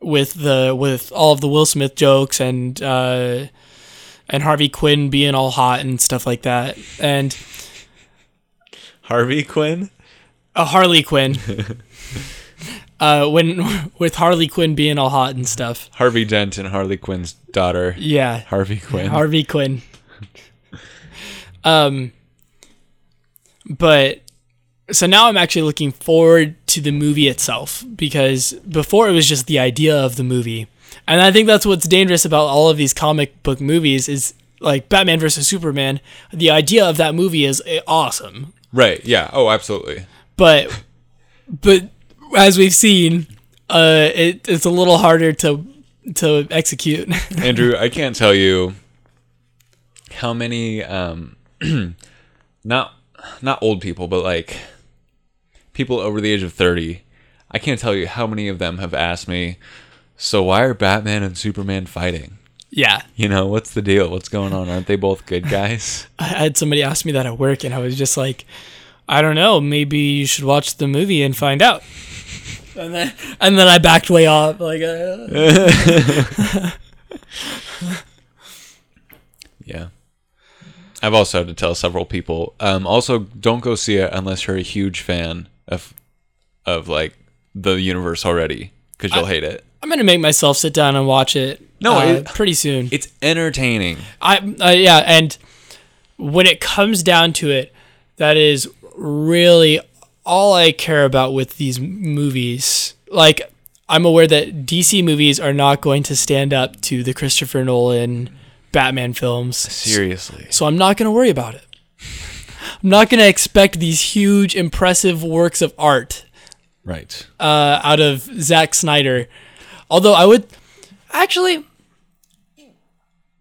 with the with all of the Will Smith jokes and uh, and Harvey Quinn being all hot and stuff like that and
Harvey Quinn?
a Harley Quinn uh, when with Harley Quinn being all hot and stuff
Harvey Dent and Harley Quinn's daughter.
yeah
Harvey Quinn.
Harvey Quinn. um, but so now I'm actually looking forward to the movie itself because before it was just the idea of the movie, and I think that's what's dangerous about all of these comic book movies is like Batman versus Superman. The idea of that movie is eh, awesome,
right, yeah. Oh, absolutely.
but but as we've seen, uh, it, it's a little harder to to execute.
Andrew, I can't tell you how many um not not old people, but like people over the age of 30. I can't tell you how many of them have asked me, "So why are Batman and Superman fighting?"
yeah.
You know, what's the deal? What's going on? Aren't they both good guys?
I had somebody ask me that at work, and I was just like, I don't know. Maybe you should watch the movie and find out. And then, and then I backed way off. Like, uh,
Yeah. I've also had to tell several people. Um, also, don't go see it unless you're a huge fan of, of like the universe already, because you'll hate it.
I'm gonna make myself sit down and watch it.
No,
uh,
it-
pretty soon.
It's entertaining.
I uh, yeah, and when it comes down to it, that is really all I care about with these m- movies. Like I'm aware that DC movies are not going to stand up to the Christopher Nolan Batman films.
Seriously.
so I'm not going to worry about it. I'm not going to expect these huge, impressive works of art
Right.
uh, out of Zack Snyder. Although I would actually,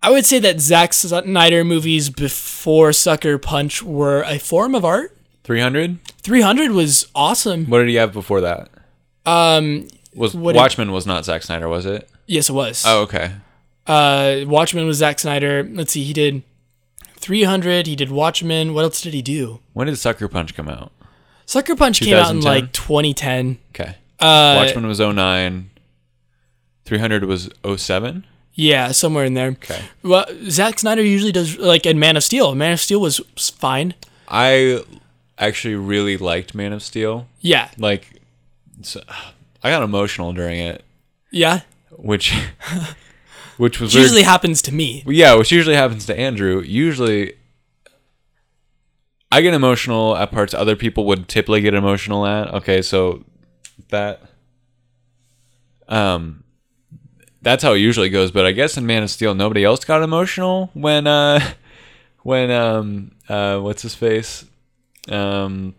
I would say that Zack Snyder movies before Sucker Punch were a form of art.
300?
300 was awesome.
What did he have before that? Um, was
what did-
Watchmen was not Zack Snyder, was it?
Yes, it was.
Oh, okay.
Uh, Watchmen was Zack Snyder. Let's see, he did 300. He did Watchmen. What else did he do?
When did Sucker Punch come out?
Sucker Punch came out in
2010?
like 2010.
Okay. Uh, Watchmen was 09. 300 was 07?
Yeah, somewhere in there.
Okay.
Well, Zack Snyder usually does like in Man of Steel. Man of Steel was s- fine.
I actually really liked Man of Steel.
Yeah,
like so, I got emotional during it,
yeah.
which which was
It usually
weird.
happens to me.
yeah, which usually happens to Andrew. Usually I get emotional at parts other people would typically get emotional at. Okay, so that um that's how it usually goes, but I guess in Man of Steel nobody else got emotional when uh when um uh what's his face? Um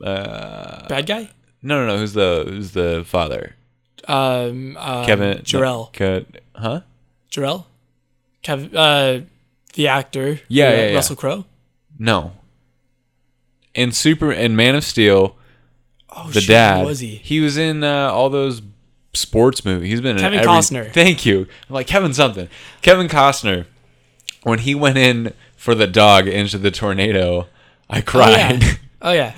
Bad guy?
no no no who's the who's the father?
Um, uh,
Kevin no,
Jarrell.
Ke- huh?
Jarrell? Kev, uh, the actor.
Yeah,
uh,
yeah, yeah.
Russell Crowe?
No. In Super in Man of Steel,
Oh,
the
shit, who
dad.
was he?
was in uh, all those sports movies. He's been
Kevin
in every,
Costner.
Thank you. I'm like Kevin something. Kevin Costner. When he went in for the dog into the tornado, I
Oh,
cried,
yeah. Oh, yeah.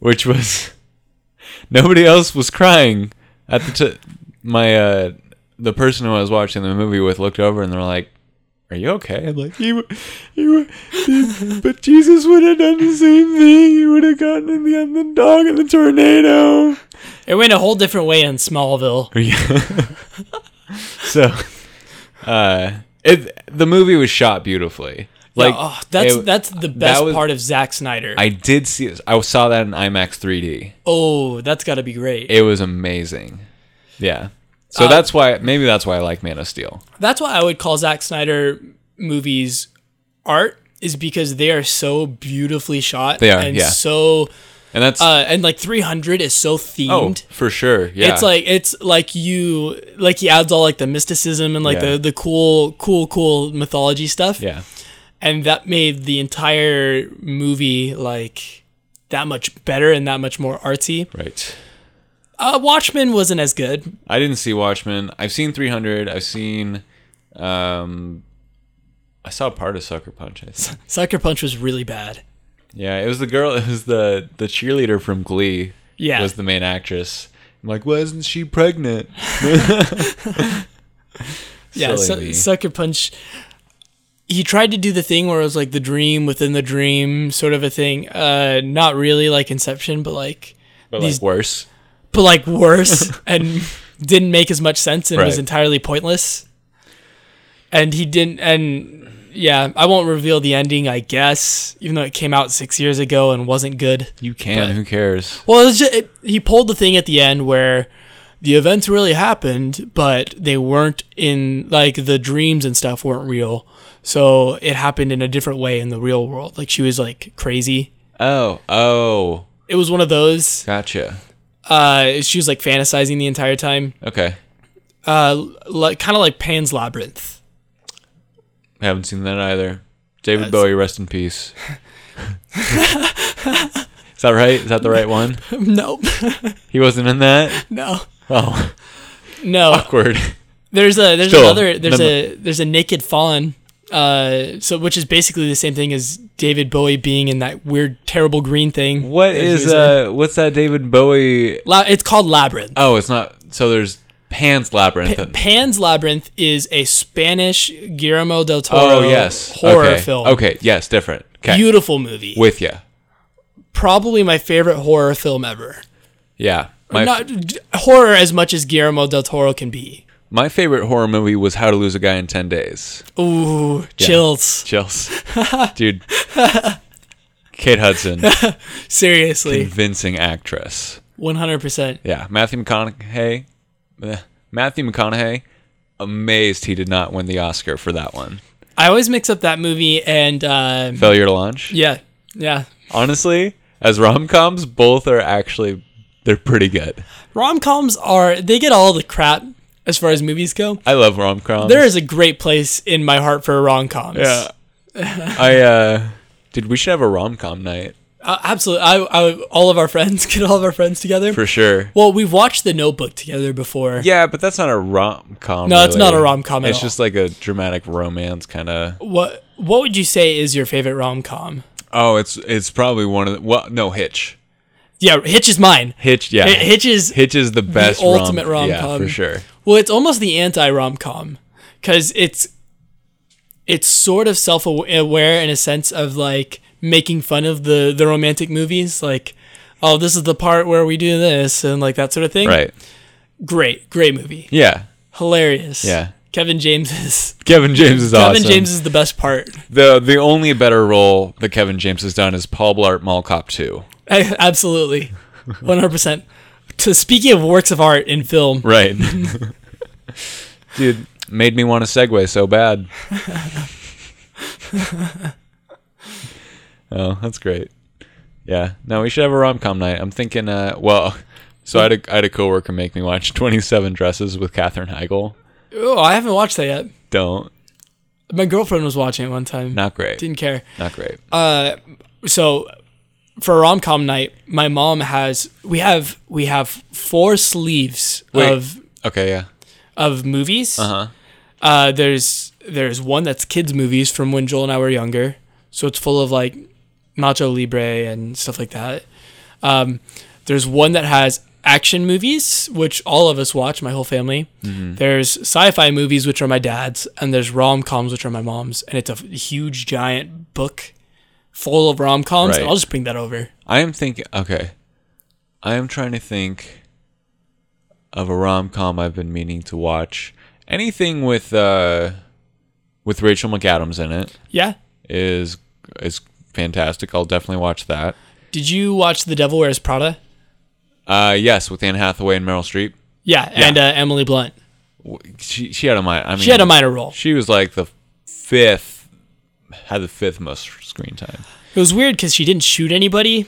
which was nobody else was crying at the t- my uh the person who I was watching the movie with looked over and they're like, "Are you okay?" I'm like, "He, w- he, w- he- but Jesus would have done the same thing. He would have gotten in the, on the dog in the tornado."
It went a whole different way in Smallville.
Yeah. so, uh, it the movie was shot beautifully. Like
oh, that's
it-
that's the
that
best
was-
part of Zack Snyder.
I did see. this- I saw that in IMAX 3D.
oh, that's got to be great.
It was amazing. Yeah. So that's why maybe that's why I like Man of Steel.
that's why I would call Zack Snyder movies art is because they are so beautifully shot.
They are,
and
yeah.
so
And that's
uh, and like 300 is so
oh
themed.
for sure. Yeah.
It's like it's like you like he adds all like the mysticism and like
Yeah.
the the cool cool cool mythology stuff.
yeah.
and that made the entire movie like that much better and that much more artsy.
Right.
Uh, Watchmen wasn't as good.
I didn't see Watchmen. I've seen 300. I've seen. Um, I saw part of Sucker Punch. I think.
Sucker Punch was really bad.
Yeah, it was the girl. It was the the cheerleader from Glee.
Yeah.
was the main actress. I'm like, wasn't she pregnant?
Yeah,
Silly
Su-
me.
Sucker Punch. He tried to do the thing where it was like the dream within the dream sort of a thing. Uh, not really like Inception, but like
But
These-
like worse.
but like worse and didn't make as much sense and was
Right.
entirely pointless. And he didn't and yeah, I won't reveal the ending, I guess, even though it came out 6 years ago and wasn't good.
You can. who cares?
Well, it was just, it, he pulled the thing at the end where the events really happened, but they weren't in like the dreams and stuff weren't real. So it happened in a different way in the real world. Like she was like crazy.
Oh, oh,
It was one of those.
gotcha.
Uh, she was like fantasizing the entire time.
Okay,
uh, like kind of like Pan's Labyrinth.
haven't seen that either. David Bowie, rest in peace. Is that right? Is that the right one?
no,
He wasn't in that.
no,
Oh,
no.
awkward.
There's a there's
Still,
another there's
none
a there's a naked fawn. Uh, so which is basically the same thing as David Bowie being in that weird terrible green thing.
What
that he
is
was in.
uh? What's that David Bowie?
La- it's called Labyrinth.
Oh, it's not. So there's Pan's Labyrinth.
Pa- Pan's Labyrinth is a Spanish Guillermo del Toro
oh yes,
horror
okay.
film.
Okay, yes, different. Okay,
Beautiful movie.
with you.
Probably my favorite horror film ever.
Yeah, my
Not d- horror as much as Guillermo del Toro can be.
My favorite horror movie was How to Lose a Guy in 10 Days.
Ooh, chills.
Chills. Dude. Kate Hudson,
Seriously,
convincing actress.
one hundred percent.
Yeah, Matthew McConaughey. eh, Matthew McConaughey, amazed he did not win the Oscar for that one.
I always mix up that movie and uh,
Failure to Launch.
yeah, yeah.
Honestly, as rom-coms, both are actually they're pretty good.
Rom coms are they get all the crap as far as movies go.
I love rom-coms.
There is a great place in my heart for rom coms.
yeah. I uh dude, we should have a rom-com night
uh, absolutely. I, I, all of our friends get all of our friends together.
for sure.
well, we've watched The Notebook together before.
Yeah, but that's not a rom com.
No, it's not a rom-com at
It's
all.
just like a dramatic romance kind of.
What What would you say is your favorite rom com?
Oh, it's it's probably one of the, well, no Hitch.
Yeah, Hitch is mine.
Hitch, yeah.
Hi- Hitch is
Hitch is the best
ultimate
rom- yeah,
rom-com.
for sure.
Well, it's almost the anti rom com because it's it's sort of self aware in a sense of like making fun of the the romantic movies, like oh, this is the part where we do this and like that sort of thing.
Right.
Great, great movie,
Yeah.
hilarious.
Yeah.
Kevin James is
Kevin James is awesome.
Kevin James is the best part.
the the only better role that Kevin James has done is Paul Blart Mall Cop 2.
I, absolutely, one hundred percent. To speaking of works of art in film,
Right. Dude, made me want to segue so bad. oh, that's great. Yeah. No, we should have a rom com night. I'm thinking, uh, well, so I had, a, I had a coworker make me watch 27 Dresses with Katherine Heigl.
oh, I haven't watched that yet.
Don't.
My girlfriend was watching it one time.
Not great.
Didn't care.
Not great.
so for rom com night, my mom has we have we have four sleeves
Wait.
of
okay, yeah.
of movies.
Uh-huh.
Uh, there's there's one that's kids movies from when Joel and I were younger, so it's full of like Nacho Libre and stuff like that. Um, there's one that has action movies, which all of us watch, my whole family.
Mm-hmm.
There's sci-fi movies, which are my dad's, and there's rom coms, which are my mom's, and it's a huge giant book full of rom coms.
Right.
I'll just bring that over.
I am thinking. Okay, I am trying to think of a rom com I've been meaning to watch. Anything with uh, with Rachel McAdams in it
Yeah.
is is fantastic. I'll definitely watch that.
Did you watch The Devil Wears Prada?
Uh, yes, with Anne Hathaway and Meryl Streep.
Yeah, and uh, Emily Blunt.
W- She she had a minor. I mean,
She had a minor role.
She was like the fifth, had the fifth most screen time.
It was weird because she didn't shoot anybody.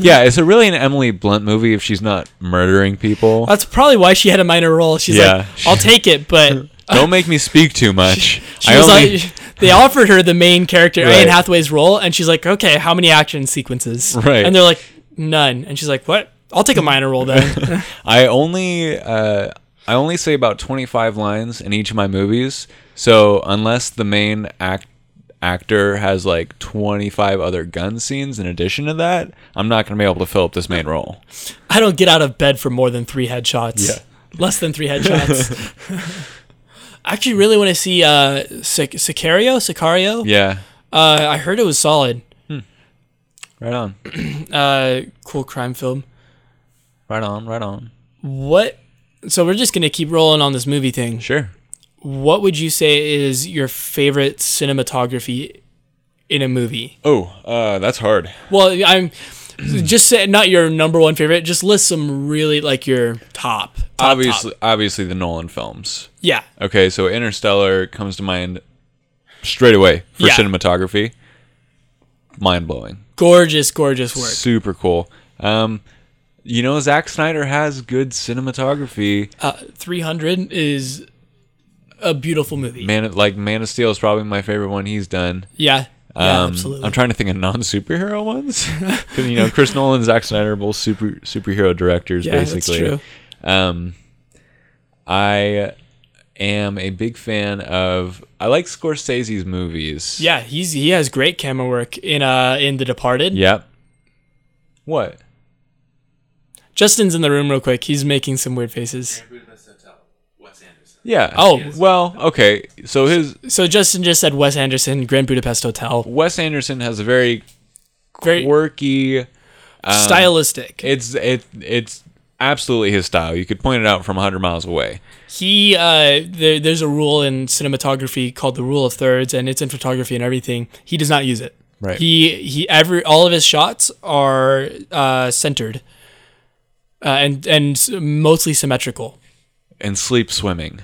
Yeah, is it really an Emily Blunt movie if she's not murdering people?
That's probably why she had a minor role. She's
Yeah.
like, I'll take it, but
Don't make me speak too much.
she
I
was
only-
like, they offered her the main character,
Right.
Anne Hathaway's role, and she's like, okay, how many action sequences?
Right.
And they're like, none. And she's like, what? I'll take a minor role then.
I only uh, I only say about 25 lines in each of my movies. So unless the main act actor has like 25 other gun scenes in addition to that, I'm not going to be able to fill up this main role.
I don't get out of bed for more than three headshots. Less than three headshots. I actually really want to see uh, Sic- Sicario. Sicario.
Yeah.
Uh, I heard it was solid.
Right on.
Uh, cool crime film.
Right on. Right on.
What? So we're just gonna keep rolling on this movie thing.
Sure.
What would you say is your favorite cinematography in a movie?
Oh, uh, that's hard.
Well, I'm just say not your number one favorite. Just list some really like your top. top, top.
obviously, obviously the Nolan films.
yeah.
Okay, so Interstellar comes to mind straight away for
Yeah.
cinematography. Mind blowing.
Gorgeous, gorgeous work.
Super cool. Um, you know, Zack Snyder has good cinematography.
Uh, 300 is a beautiful movie.
Man, like Man of Steel is probably my favorite one he's done.
Yeah.
Um,
yeah, absolutely.
I'm trying to think of non-superhero ones. 'Cause, you know, Chris Nolan and Zack Snyder are both super superhero directors,
yeah,
basically.
that's true.
Um, I am a big fan of. I like Scorsese's movies.
Yeah, he's he has great camera work in uh in The Departed.
Yep. What?
Justin's in the room real quick. He's making some weird faces.
Yeah.
Oh.
well, okay. So his
So Justin just said Wes Anderson, Grand Budapest Hotel.
Wes Anderson has a very
Very
quirky.
stylistic.
It's it it's absolutely his style. You could point it out from hundred miles away.
He uh, there, there's a rule in cinematography called the rule of thirds, and it's in photography and everything. He does not use it.
Right.
He he every all of his shots are uh, centered, uh, and and s- mostly symmetrical.
And sleep swimming.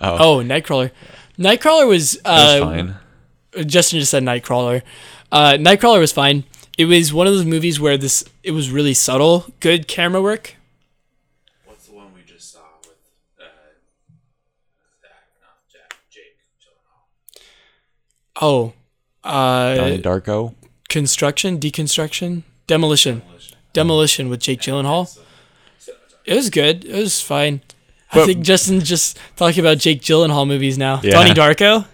Oh, Nightcrawler. Nightcrawler was
That's
uh,
fine.
Justin just said Nightcrawler. Uh, Nightcrawler was fine. It was one of those movies where this it was really subtle, good camera work.
What's the one we just saw with uh, Zach, not Jack, Jake Gyllenhaal?
Oh, uh,
Donnie Darko.
construction, deconstruction, demolition, demolition with Jake Gyllenhaal. It was good. It was fine. I
But-
think Justin's just talking about Jake Gyllenhaal movies now.
Yeah.
Donnie Darko.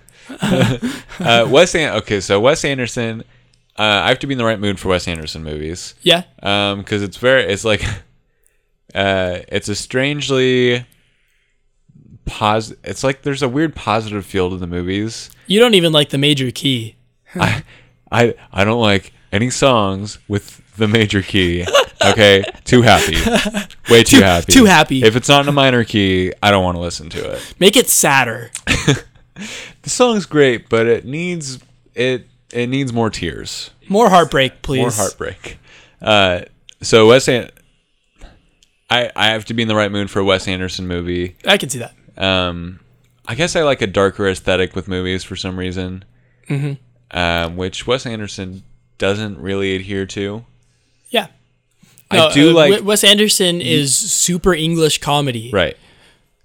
Uh, Wes An- okay, so Wes Anderson. Uh, I have to be in the right mood for Wes Anderson movies.
Yeah,
um because it's very it's like uh it's a strangely pos it's like there's a weird positive feel to the movies
you don't even like the major key.
i i i don't like any songs with the major key. Okay, too happy, way too,
Too-
happy,
too happy.
If it's not in a minor key, I don't want to listen to it.
Make it sadder.
The song's great, but it needs it it needs more tears,
More heartbreak, please.
more heartbreak. Uh, so Wes, An- I I have to be in the right mood for a Wes Anderson movie.
I can see that.
Um, I guess I like a darker aesthetic with movies for some reason, mm-hmm. um, which Wes Anderson doesn't really adhere to.
Yeah.
I do like
W- Wes Anderson is super English comedy.
Right.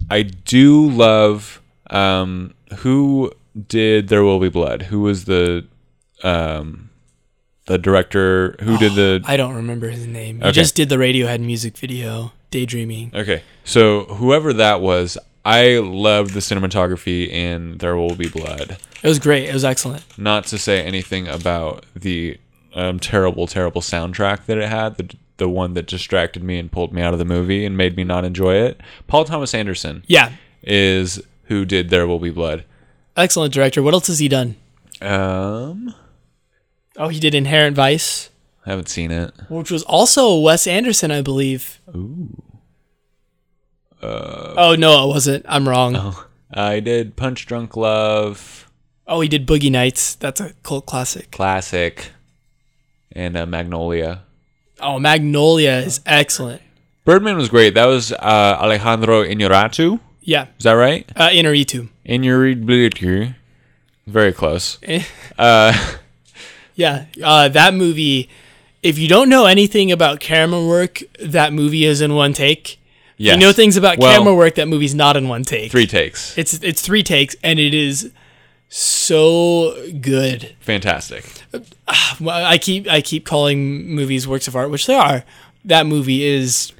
I do love um who did There Will Be Blood? Who was the um the director who did the
I don't remember his name. He just did the Radiohead music video, Daydreaming.
Okay. So whoever that was, I loved the cinematography in There Will Be Blood.
It was great. It was excellent.
Not to say anything about the um, terrible, terrible soundtrack that it had, the the one that distracted me and pulled me out of the movie and made me not enjoy it. Paul Thomas Anderson
Yeah.
is who did There Will Be Blood.
Excellent director. What else has he done?
Um
Oh, he did Inherent Vice,
I haven't seen it.
which was also a Wes Anderson, I believe. Ooh.
Uh.
oh, no, it wasn't. I'm wrong.
Uh-huh.
Oh.
I did Punch Drunk Love,
he did Boogie Nights. That's a cult classic.
Classic, and uh, Magnolia.
Oh, Magnolia is
Uh-huh.
excellent.
Birdman was great. That was uh, Alejandro Inarritu.
Yeah.
Is that right?
Uh, Inaritu.
Inarritu. Very close.
Yeah, uh, that movie. If you don't know anything about camera work, that movie is in one take. If
Yes.
You know things about
Well,
camera work. That movie's not in one take.
Three takes.
It's it's three takes, and it is so good.
Fantastic.
Well, I keep I keep calling movies works of art, which they are. That movie is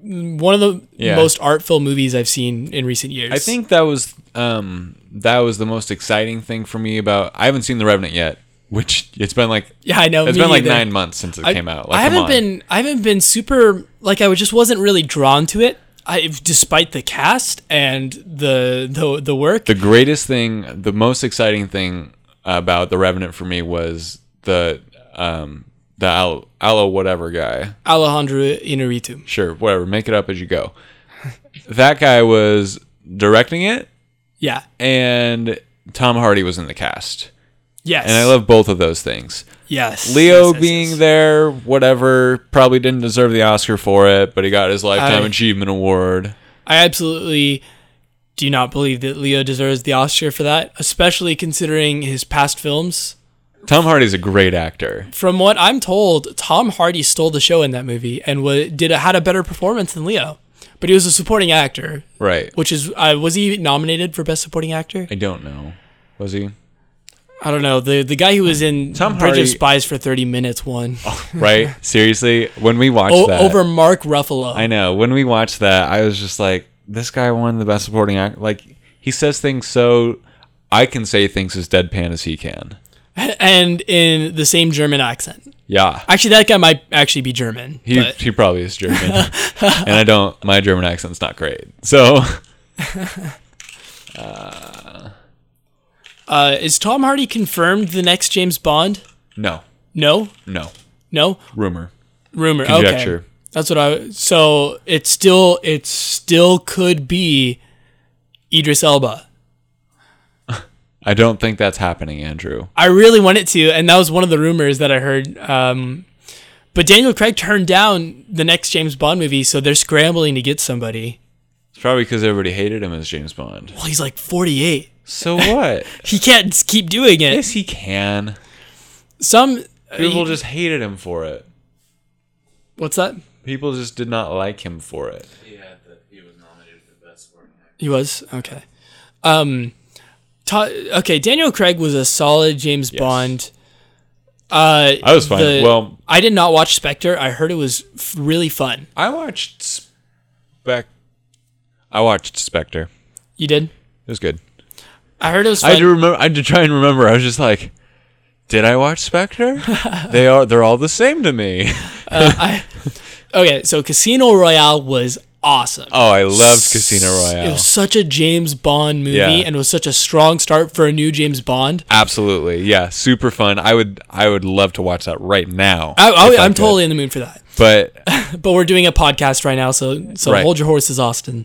one of the
Yeah.
most artful movies I've seen in recent years.
I think that was um, that was the most exciting thing for me about. I haven't seen The Revenant yet, which it's been like
Yeah, I know.
it's
me
been like
neither.
nine months since it
I-
came out. Like,
I
come
haven't
on.
been I haven't been super like I was- just wasn't really drawn to it. I despite the cast and the the the work.
the greatest thing, the most exciting thing about the Revenant for me was the um the Al- Aloe whatever guy.
Alejandro Inarritu.
Sure, whatever. Make it up as you go. That guy was directing it,
Yeah.
and Tom Hardy was in the cast,
Yes.
and I love both of those things.
yes.
Leo
Yes, yes,
being
yes.
there, whatever, probably didn't deserve the Oscar for it, but he got his lifetime
I-
achievement award.
I absolutely do not believe that Leo deserves the Oscar for that, especially considering his past films.
Tom Hardy's a great actor.
From what I'm told, Tom Hardy stole the show in that movie and wa did a, had a better performance than Leo, but he was a supporting actor,
Right.
which is uh, was he nominated for best supporting actor?
I don't know. Was he?
I don't know. The the guy who was in
Tom
Bridge
Hardy- Oh,
of Spies for 30 minutes won
Right? Seriously, when we watched
o-
that
over Mark Ruffalo.
I know. When we watched that, I was just like, this guy won the best supporting act. Like, he says things so. I can say things as deadpan as he can.
and in the same German accent.
Yeah.
Actually, that guy might actually be German.
he,
but
he probably is German. and I don't. My German accent's not great. So,
uh, is Tom Hardy confirmed the next James Bond?
no.
No,
No.
no
Rumor.
rumor.
Conjecture.
Okay, that's what I. So it still it still could be Idris Elba.
I don't think that's happening, Andrew.
I really wanted to, and that was one of the rumors that I heard. Um, but Daniel Craig turned down the next James Bond movie, so they're scrambling to get somebody.
It's probably because everybody hated him as James Bond.
Well, Oh, he's like 48.
So what?
He can't s- keep doing it.
yes, he can.
Some uh,
People just hated him for it.
what's that?
People just did not like him for it.
He had the he was nominated for best supporting actor.
He was okay. Um, ta- okay. Daniel Craig was a solid James Bond. Uh,
I was fine. Well-
I did not watch Spectre. I heard it was f- really fun.
I watched Spec. I watched Spectre.
You did?
It was good.
I heard it was
I
fun.
had to remember. I had to try and remember. I was just like, "Did I watch Spectre? they are. They're all the same to me."
Okay, so Casino Royale was awesome.
Oh, I loved Casino Royale.
It was such a James Bond movie
Oh, Yeah.
and it was such a strong start for a new James Bond.
Absolutely, yeah, super fun. I would, I would love to watch that right now.
I, I,
if
I'm
could.
totally in the mood for that.
But
But we're doing a podcast right now, so so
Right.
hold your horses, Austin.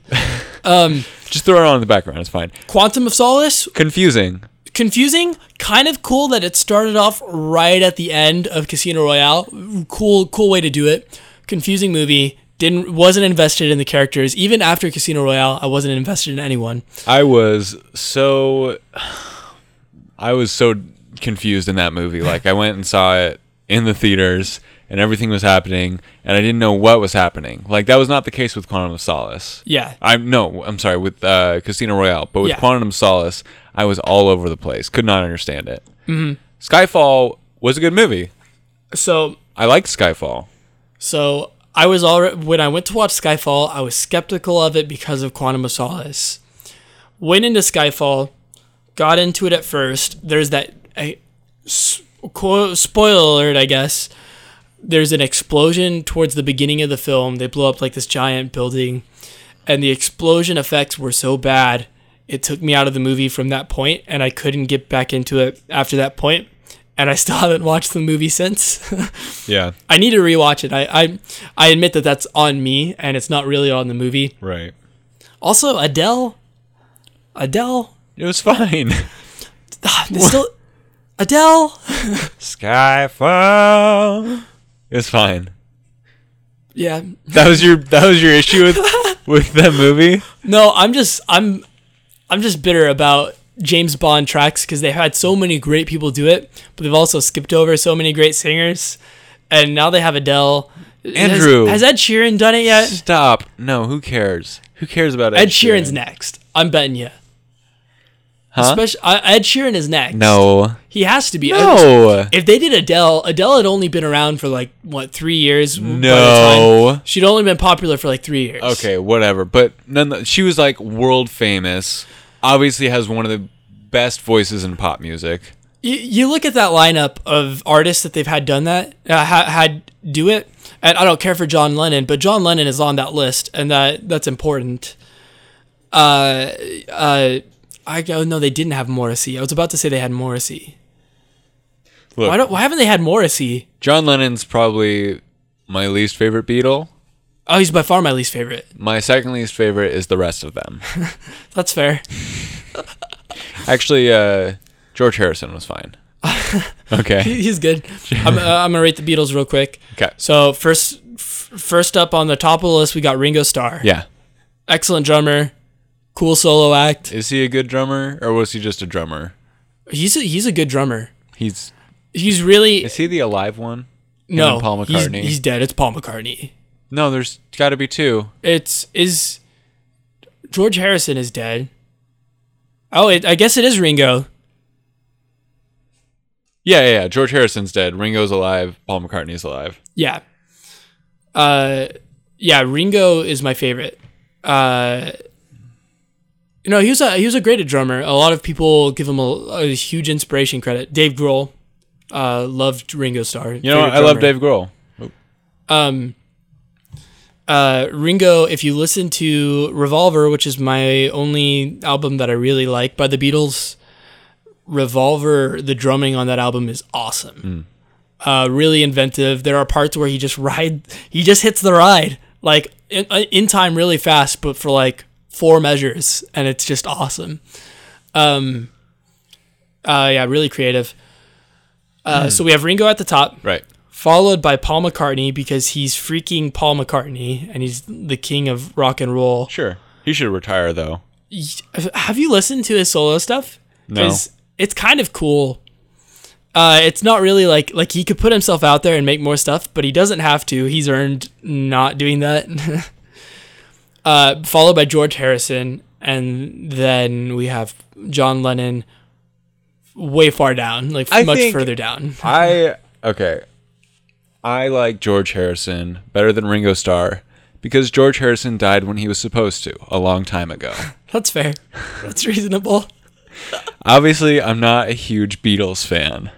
just throw it on in the background. It's fine.
Quantum of Solace,
Confusing.
confusing, kind of cool that it started off right at the end of Casino Royale. Cool, cool way to do it. Confusing movie. Didn't wasn't invested in the characters. Even after Casino Royale, I wasn't invested in anyone.
I was so I was so confused in that movie. Like I went and saw it in the theaters and everything was happening and I didn't know what was happening. Like that was not the case with Quantum of Solace.
Yeah.
I'm no, I'm sorry, with uh, Casino Royale, but with
Yeah.
Quantum of Solace, I was all over the place. Could not understand it.
Mm-hmm.
Skyfall was a good movie.
So
I liked Skyfall.
so I was already when I went to watch Skyfall, I was skeptical of it because of Quantum of Solace. Went into Skyfall, got into it at first. There's that I, s- quote- spoiler alert, I guess. There's an explosion towards the beginning of the film. They blow up like this giant building, and the explosion effects were so bad it took me out of the movie from that point, and I couldn't get back into it after that point. And I still haven't watched the movie since.
Yeah.
I need to rewatch it. I, I I admit that that's on me and it's not really on the movie.
Right.
Also, Adele, Adele,
It was fine.
ah, there's still Adele.
Skyfall. It was fine.
Yeah.
That was your that was your issue with with that movie.
No, I'm just I'm I'm just bitter about James Bond tracks because they've had so many great people do it, but they've also skipped over so many great singers, and now they have Adele. Has-
Andrew.
has, Ed Sheeran done it yet?
Stop. No, who cares? Who cares about Ed,
Ed Sheeran's next. I'm betting you.
Huh?
Especially uh, Ed Sheeran is next.
no,
he has to be.
no,
If they did Adele, Adele had only been around for like what three years. by the
No.
time. she'd only been popular for like three years.
Okay, whatever. But none. She was like world famous. Obviously, has one of the best voices in pop music.
you, you look at that lineup of artists that they've had done that uh, ha- had do it, and I don't care for John Lennon, but John Lennon is on that list, and that that's important. Uh, uh, I oh no, they didn't have Morrissey. I was about to say they had Morrissey.
Look,
Why don't? Why haven't they had Morrissey?
John Lennon's probably my least favorite Beatle.
Oh, he's by far my least favorite.
My second least favorite is the rest of them.
That's fair.
Actually, uh, George Harrison was fine. Okay.
He's good. I'm, uh, I'm gonna rate the Beatles real quick.
Okay.
So first, f- first up on the top of the list, we got Ringo Starr.
Yeah.
Excellent drummer, cool solo act.
Is he a good drummer or was he just a drummer?
He's a, he's a good drummer.
He's
He's really
Is he the alive one? Him
no
and Paul
he's-
McCartney.
He's, dead. It's Paul McCartney.
no, there's got to be two.
It's is George Harrison is dead. Oh, it, I guess it is Ringo.
Yeah, yeah, yeah. George Harrison's dead. Ringo's alive. Paul McCartney's alive.
Yeah. Uh, yeah. Ringo is my favorite. Uh, you know, he was a he was a great drummer. A lot of people give him a, a huge inspiration credit. Dave Grohl, uh, loved Ringo Starr.
You know, what? I love Dave Grohl.
Um, uh, Ringo, if you listen to Revolver, which is my only album that I really like by the Beatles, Revolver, the drumming on that album is awesome. Uh, really inventive. There are parts where he just ride, he just hits the ride like in, uh, in time really fast, but for like four measures, and it's just awesome. Um, uh, yeah, really creative. Uh, So we have Ringo at the top
Right.
followed by Paul McCartney because he's freaking Paul McCartney and he's the king of rock and roll.
Sure. He should retire though.
Y- Have you listened to his solo stuff?
No.
'Cause It's kind of cool. Uh, it's not really like like he could put himself out there and make more stuff, but he doesn't have to. He's earned not doing that. uh, followed by George Harrison, and then we have John Lennon. Way far down, like
I
much
think-
further down.
I okay. I like George Harrison better than Ringo Starr because George Harrison died when he was supposed to a long time ago.
That's fair. That's reasonable.
Obviously, I'm not a huge Beatles fan.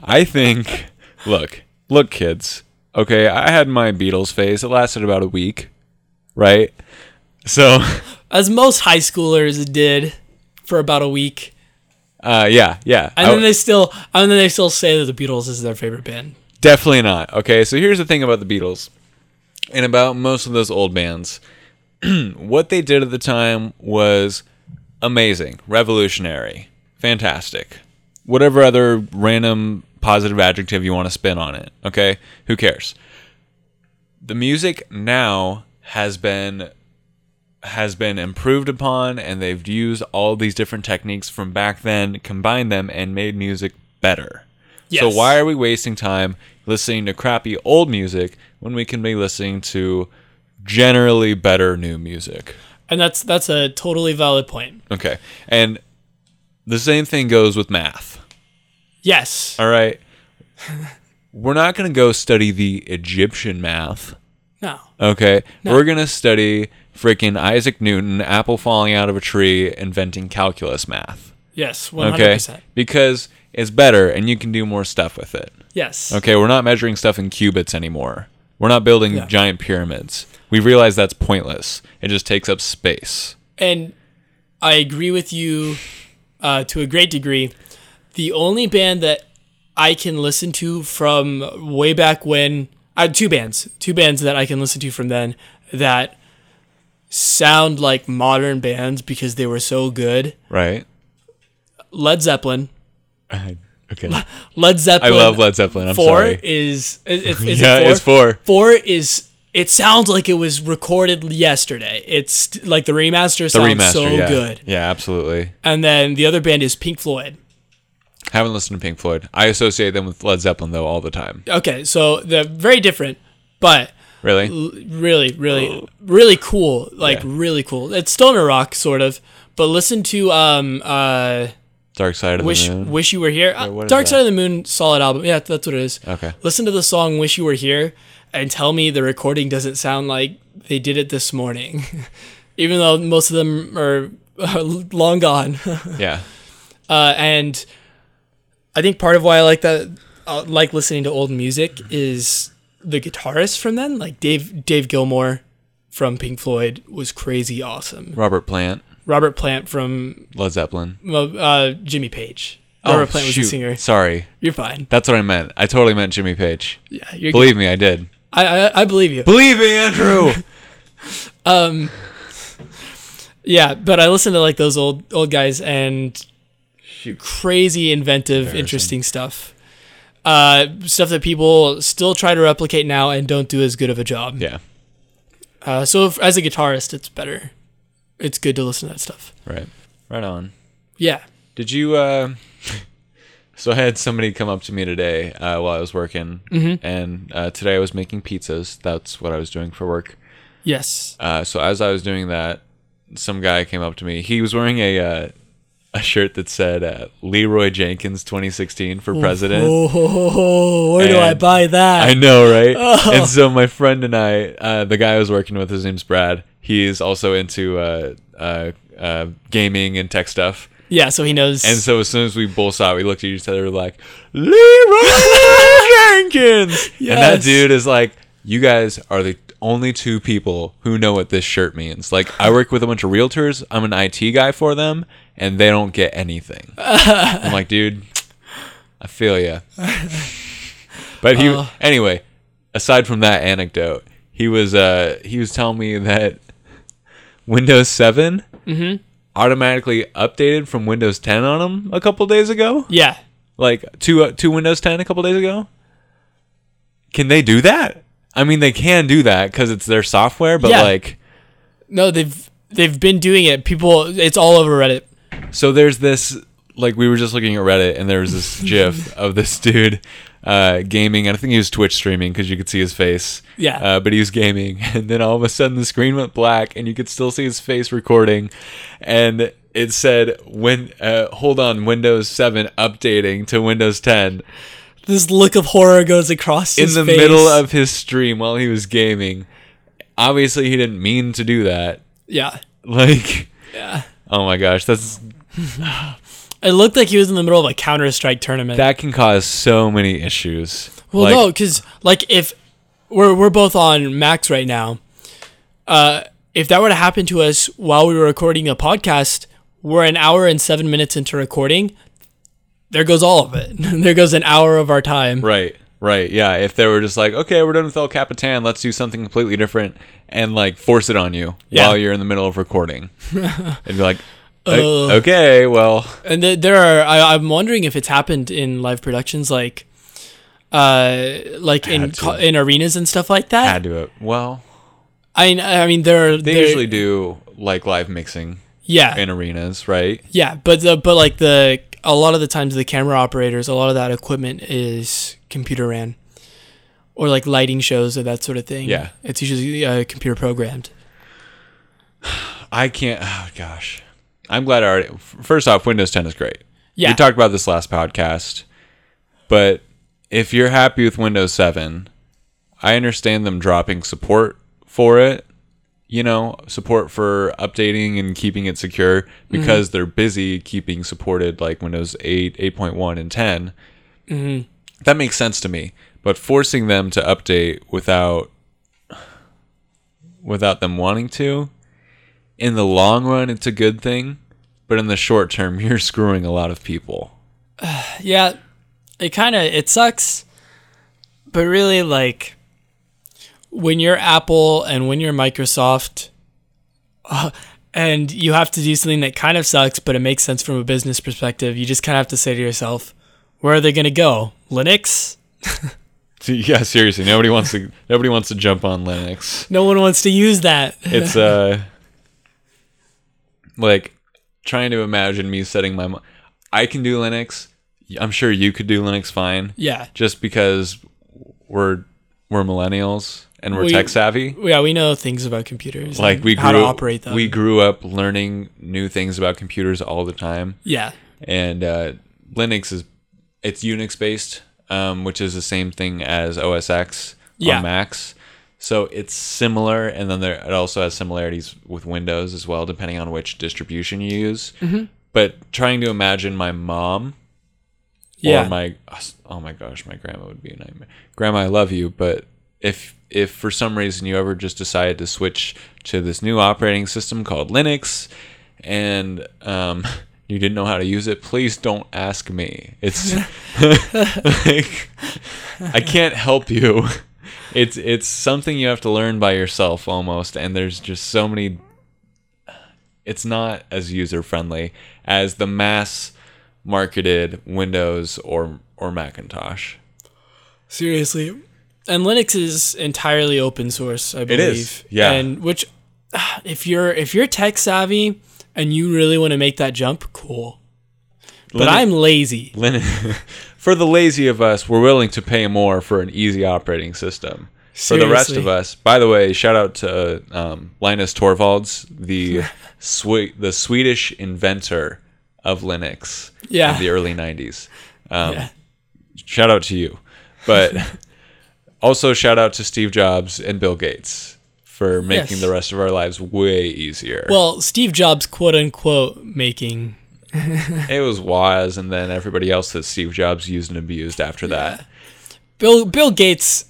I think, look, look, kids. okay, I had my Beatles phase. It lasted about a week, right? So,
as most high schoolers did for about a week,
uh, yeah, yeah.
and
I-
then they still and then they still say that the Beatles is their favorite band.
Definitely not. Okay, so here's the thing about the Beatles and about most of those old bands. what they did at the time was amazing, revolutionary, fantastic. Whatever other random positive adjective you want to spin on it, okay? Who cares? The music now has been has been improved upon and they've used all these different techniques from back then, combined them and made music better. So
Yes.
why are we wasting time listening to crappy old music when we can be listening to generally better new music?
And that's that's a totally valid point.
Okay. And the same thing goes with math.
Yes.
All right. We're not going to go study the Egyptian math.
No.
Okay. We're going to study freaking Isaac Newton, apple falling out of a tree, inventing calculus math.
Yes. One hundred
Okay.
percent.
Because it's better and you can do more stuff with it.
Yes.
Okay, we're not measuring stuff in cubits anymore. We're not building
Yeah.
giant pyramids. We realize that's pointless. It just takes up space.
And I agree with you uh, to a great degree. The only band that I can listen to from way back when, uh, two bands, two bands that I can listen to from then that sound like modern bands because they were so good.
Right?
Led Zeppelin.
okay.
Led
I
Zeppelin.
love Led Zeppelin. I'm
four
sorry.
is, is, is, is it
yeah,
four?
it's four.
Four is. It sounds like it was recorded yesterday. It's like the remaster
The
sounds
remaster.
so
yeah.
good.
Yeah, absolutely.
And then the other band is Pink Floyd.
Haven't listened to Pink Floyd. I associate them with Led Zeppelin though all the time.
Okay, so they're very different, but
Really?
l- really, really, really cool. Like really cool. It's stoner rock sort of, but listen to um uh
Dark Side of
wish
the Moon.
wish you were here. Uh,
what is
Dark Side
that?
of the Moon, solid album. Yeah, that's what it is.
Okay.
Listen to the song "Wish You Were Here" and tell me the recording doesn't sound like they did it this morning, even though most of them are long gone.
yeah.
uh, and I think part of why I like that, uh, like listening to old music, is the guitarist from then, like Dave Dave Gilmore from Pink Floyd, was crazy awesome.
Robert Plant,
Robert Plant from
Led Zeppelin.
uh, Jimmy Page. Robert
oh,
Plant was
shoot.
the singer.
Sorry.
You're fine.
That's what I meant. I totally meant Jimmy Page.
Yeah, you're good.
Believe me, I did.
I, I I believe you.
Believe me, Andrew.
Yeah, but I listen to like those old old guys and crazy inventive, interesting stuff. Uh, stuff that people still try to replicate now and don't do as good of a job.
yeah.
Uh, so if, as a guitarist, it's better. It's good to listen to that stuff.
Right. Right on.
Yeah.
Did you? Uh, so I had somebody come up to me today uh, while I was working, and uh, today I was making pizzas. That's what I was doing for work.
Yes.
Uh, so as I was doing that, some guy came up to me. He was wearing a uh, a shirt that said uh, Leroy Jenkins 2016 for president.
Oh, where do I
And
buy that?
I know, right? And so my friend and I, uh, the guy I was working with, his name's Brad. He's also into uh, uh, uh, gaming and tech stuff.
yeah, so he knows.
And so as soon as we both saw it, we looked at each other like, Leroy Jenkins. And that
Yes.
dude is like, you guys are the only two people who know what this shirt means. Like, I work with a bunch of realtors. I'm an IT guy for them, and they don't get anything. I'm like, dude, I feel ya. But he, anyway, aside from that anecdote, he was uh he was telling me that Windows 7 automatically updated from Windows 10 on him a couple days ago,
yeah.
like two uh, two Windows 10 a couple days ago. Can they do that? I mean, they can do that because it's their software, but
Yeah.
like,
No, they've they've been doing it. People, it's all over Reddit.
so there's this like we were just looking at Reddit and there was this GIF of this dude uh, gaming, and I think he was Twitch streaming because you could see his face.
Yeah.
Uh, but he was gaming, and then all of a sudden the screen went black, and you could still see his face recording, and it said when uh, hold on Windows 7 updating to Windows 10
This look of horror goes across
in
his
the
face.
middle of his stream while he was gaming. Obviously, he didn't mean to do that.
yeah.
Like, oh my gosh, that's
It looked like he was in the middle of a Counter Strike tournament.
that can cause so many issues.
well,
Like,
no, because like if we're we're both on max right now. Uh, if that were to happen to us while we were recording a podcast, we're an hour and seven minutes into recording. There goes all of it. there goes an hour of our time.
Right, right. Yeah. If they were just like, okay, we're done with El Capitan, let's do something completely different and like force it on you
Yeah.
while you're in the middle of recording. It'd be like, "O- okay, well,
And th- there are. I, I'm wondering if it's happened in live productions, like, uh, like in
Had to.
co- in arenas and stuff like that.
add to it. Well,
I I mean there are
they
there-
usually do like live mixing
yeah
in arenas, right?
yeah but the but like the a lot of the times the camera operators a lot of that equipment is computer ran or like lighting shows or that sort of thing
Yeah.
it's usually uh, computer programmed
I can't. Oh gosh, I'm glad I already. First off, Windows 10 is great.
yeah
We talked about this last podcast, but if you're happy with Windows 7, I understand them dropping support for it. You know, support for updating and keeping it secure because they're busy keeping supported like Windows 8, 8.1, and 10. That makes sense to me. But forcing them to update without without them wanting to, in the long run, it's a good thing. But in the short term, you're screwing a lot of people.
yeah it kind of it sucks but really like when you're apple and when you're microsoft uh, and you have to do something that kind of sucks but it makes sense from a business perspective you just kind of have to say to yourself where are they going to go linux
Yeah, seriously, nobody wants to nobody wants to jump on Linux.
no one wants to use that
It's uh like trying to imagine me setting my mi- I can do Linux. I'm sure you could do Linux fine
yeah
just because we're we're millennials and we're
We-
tech savvy.
yeah we know things about computers
Like
and
we grew
how to operate them
we grew up learning new things about computers all the time.
yeah
and uh, Linux is it's Unix based, um, which is the same thing as OS X
Yeah.
on Macs. So it's similar, and then there, it also has similarities with Windows as well, depending on which distribution you use. But trying to imagine my mom
yeah
or my oh my gosh, my grandma would be a nightmare. Grandma, I love you, but if if for some reason you ever just decided to switch to this new operating system called Linux, and um, you didn't know how to use it, please don't ask me. It's like I can't help you. It's it's something you have to learn by yourself almost, and there's just so many. It's not as user friendly as the mass marketed Windows or or Macintosh.
Seriously. And Linux is entirely open source, I believe.
is, yeah.
And which ah, if you're if you're tech savvy and you really want to make that jump, cool. But
Linux-
I'm lazy.
Lin- for the lazy of us, we're willing to pay more for an easy operating system. For the rest of
Seriously.
us, by the way, shout out to um, Linus Torvalds, the swe- the Swedish inventor of Linux
Yeah.
in the early '90s. Um,
Yeah.
Shout out to you, but also shout out to Steve Jobs and Bill Gates for making
Yes.
the rest of our lives way easier.
Well, Steve Jobs quote unquote making
It was Woz, and then everybody else that Steve Jobs used and abused after that.
Bill Bill Gates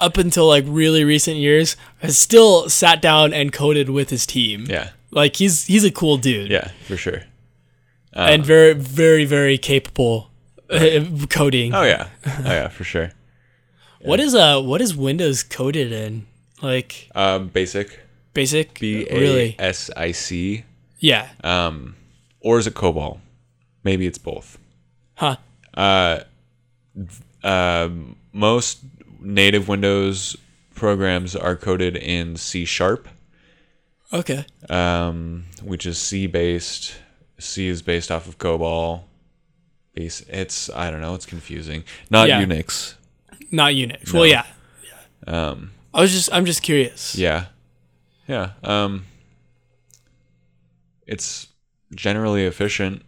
up until like really recent years has still sat down and coded with his team.
Yeah,
Like he's he's a cool dude.
yeah, for sure. Uh.
And very very very capable uh, coding.
Oh yeah, oh yeah, for sure.
What is uh what is Windows coded in? Like
Um, basic
basic?
B A Uh.
really?
S I C,
Yeah.
or is it COBOL? Maybe it's both.
huh.
Most native Windows programs are coded in C sharp,
Okay.
um, which is C based. C is based off of COBOL. Base. It's I don't know. It's confusing. Not
Yeah.
Unix.
Not Unix. Well, yeah. Um I was just I'm just curious.
Yeah. Yeah. Um it's generally efficient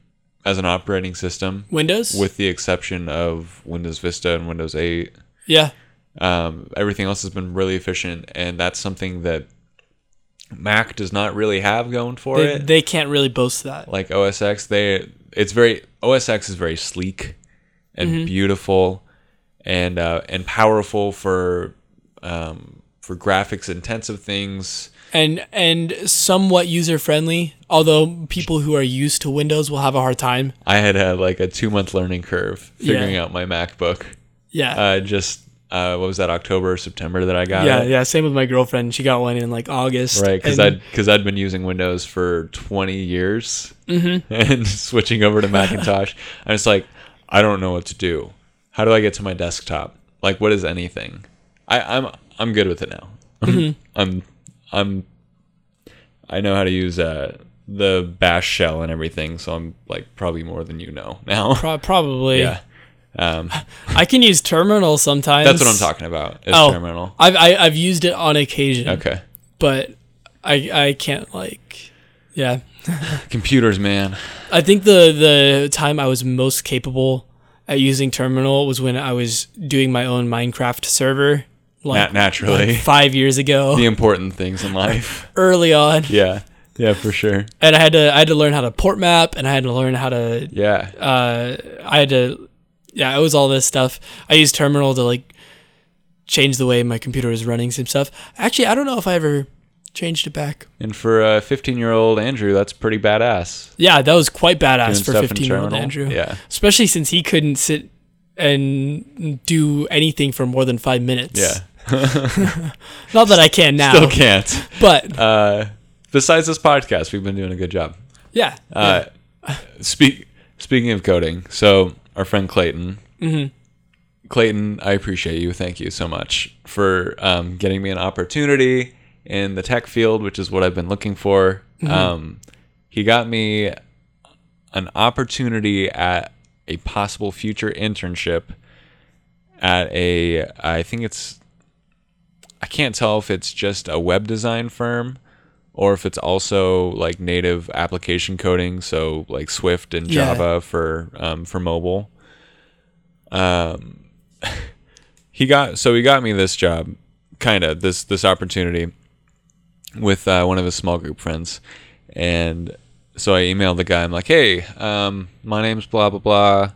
as an operating system
Windows?
with the exception of Windows Vista and Windows 8.
Yeah.
Um, everything else has been really efficient and that's something that Mac does not really have going for
They,
it.
they can't really boast that.
like OS X, they it's very OS X is very sleek and beautiful and uh, and powerful for um, for graphics intensive things.
and and somewhat user friendly. Although people who are used to Windows will have a hard time.
I had had like a two month learning curve figuring
Yeah.
out my MacBook.
Yeah,
Uh, just uh, what was that October or September that I got?
yeah,
it?
yeah. Same with my girlfriend. She got one in like August.
Right, because
and-
I'd because I'd been using Windows for 20 years,
Mm-hmm.
and switching over to Macintosh, I was like, I don't know what to do. How do I get to my desktop? Like, what is anything? I, I'm I'm good with it now.
Mm-hmm.
I'm I'm I know how to use uh, the Bash shell and everything, so I'm like probably more than you know now.
Pro- probably.
yeah, um,
I can use terminal sometimes.
that's what I'm talking about. Is
Oh,
terminal.
I've I, I've used it on occasion,
Okay,
but I I can't like. Yeah,
computers, man.
I think the the time I was most capable at using terminal was when I was doing my own Minecraft server, like
Nat- naturally,
five years ago,
the important things in life.
early on,
Yeah. Yeah, for sure.
and I had to I had to learn how to port map, and I had to learn how to
Yeah.
uh, I had to, yeah, it was all this stuff. I used Terminal to like change the way my computer was running some stuff. Actually, I don't know if I ever changed it back.
and for a 15 year old Andrew, that's pretty badass.
Yeah, that was quite badass
Doing
for
stuff in
15 year old
Terminal?
Andrew.
Yeah.
Especially since he couldn't sit and do anything for more than five minutes.
Yeah.
Not that I can now,
Still can't.
but
Uh, besides this podcast, we've been doing a good job.
yeah.
Uh, speak, speaking of coding, so our friend Clayton. Clayton, I appreciate you. Thank you so much for um, getting me an opportunity in the tech field, which is what I've been looking for. Um, he got me an opportunity at a possible future internship at a, I think it's, I can't tell if it's just a web design firm or if it's also like native application coding, so like Swift and
Yeah.
Java for um, for mobile. Um, he got so he got me this job, kind of this this opportunity with uh, one of his small group friends, and so I emailed the guy. I'm like, hey, um, my name's blah blah blah.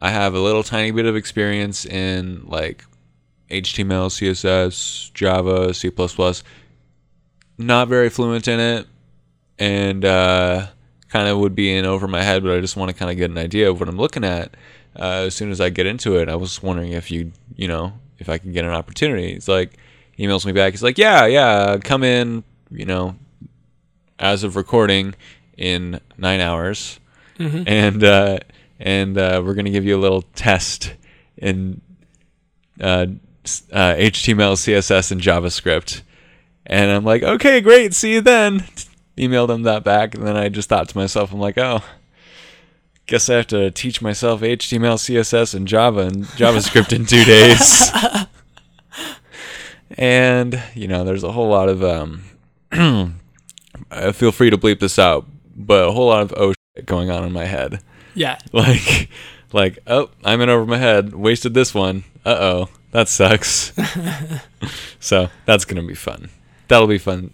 I have a little tiny bit of experience in like HTML, CSS, Java, C++. Not very fluent in it and uh, kind of would be in over my head, but I just want to kind of get an idea of what I'm looking at uh, as soon as I get into it. I was wondering if you, you know, if I can get an opportunity. He's like, he emails me back. He's like, yeah, yeah, come in, you know, as of recording in nine hours, and uh, and uh, we're gonna give you a little test in uh, s- uh, HTML, CSS, and JavaScript. And I'm like, okay, great, see you then. Emailed him that back, and then I just thought to myself, I'm like, oh, guess I have to teach myself HTML, CSS, and Java and JavaScript in two days. and you know, there's a whole lot of um, uh, feel free to bleep this out, but a whole lot of oh shit going on in my head
yeah.
like like oh i'm in over my head wasted this one uh-oh that sucks so that's gonna be fun that'll be fun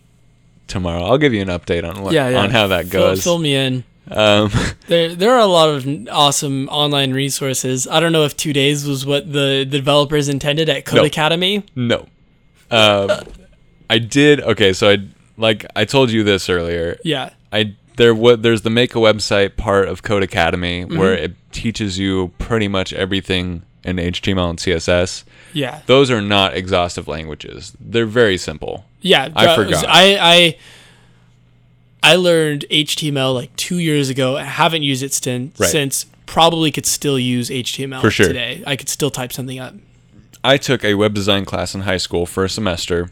tomorrow i'll give you an update on what
Yeah, yeah.
on how that
Fill-
goes
fill me in.
um
There, there are a lot of awesome online resources. I don't know if two days was what the developers intended at Code
No.
Academy.
no um i did okay so i like i told you this earlier
Yeah.
I there what there's the make a website part of Code Academy where it teaches you pretty much everything in HTML and CSS.
Yeah.
Those are not exhaustive languages. They're very simple.
Yeah,
I
that
forgot.
I I I learned HTML like two years ago. I haven't used it since.
Right.
Since probably could still use HTML
For sure.
today. I could still type something up.
I took a web design class in high school for a semester,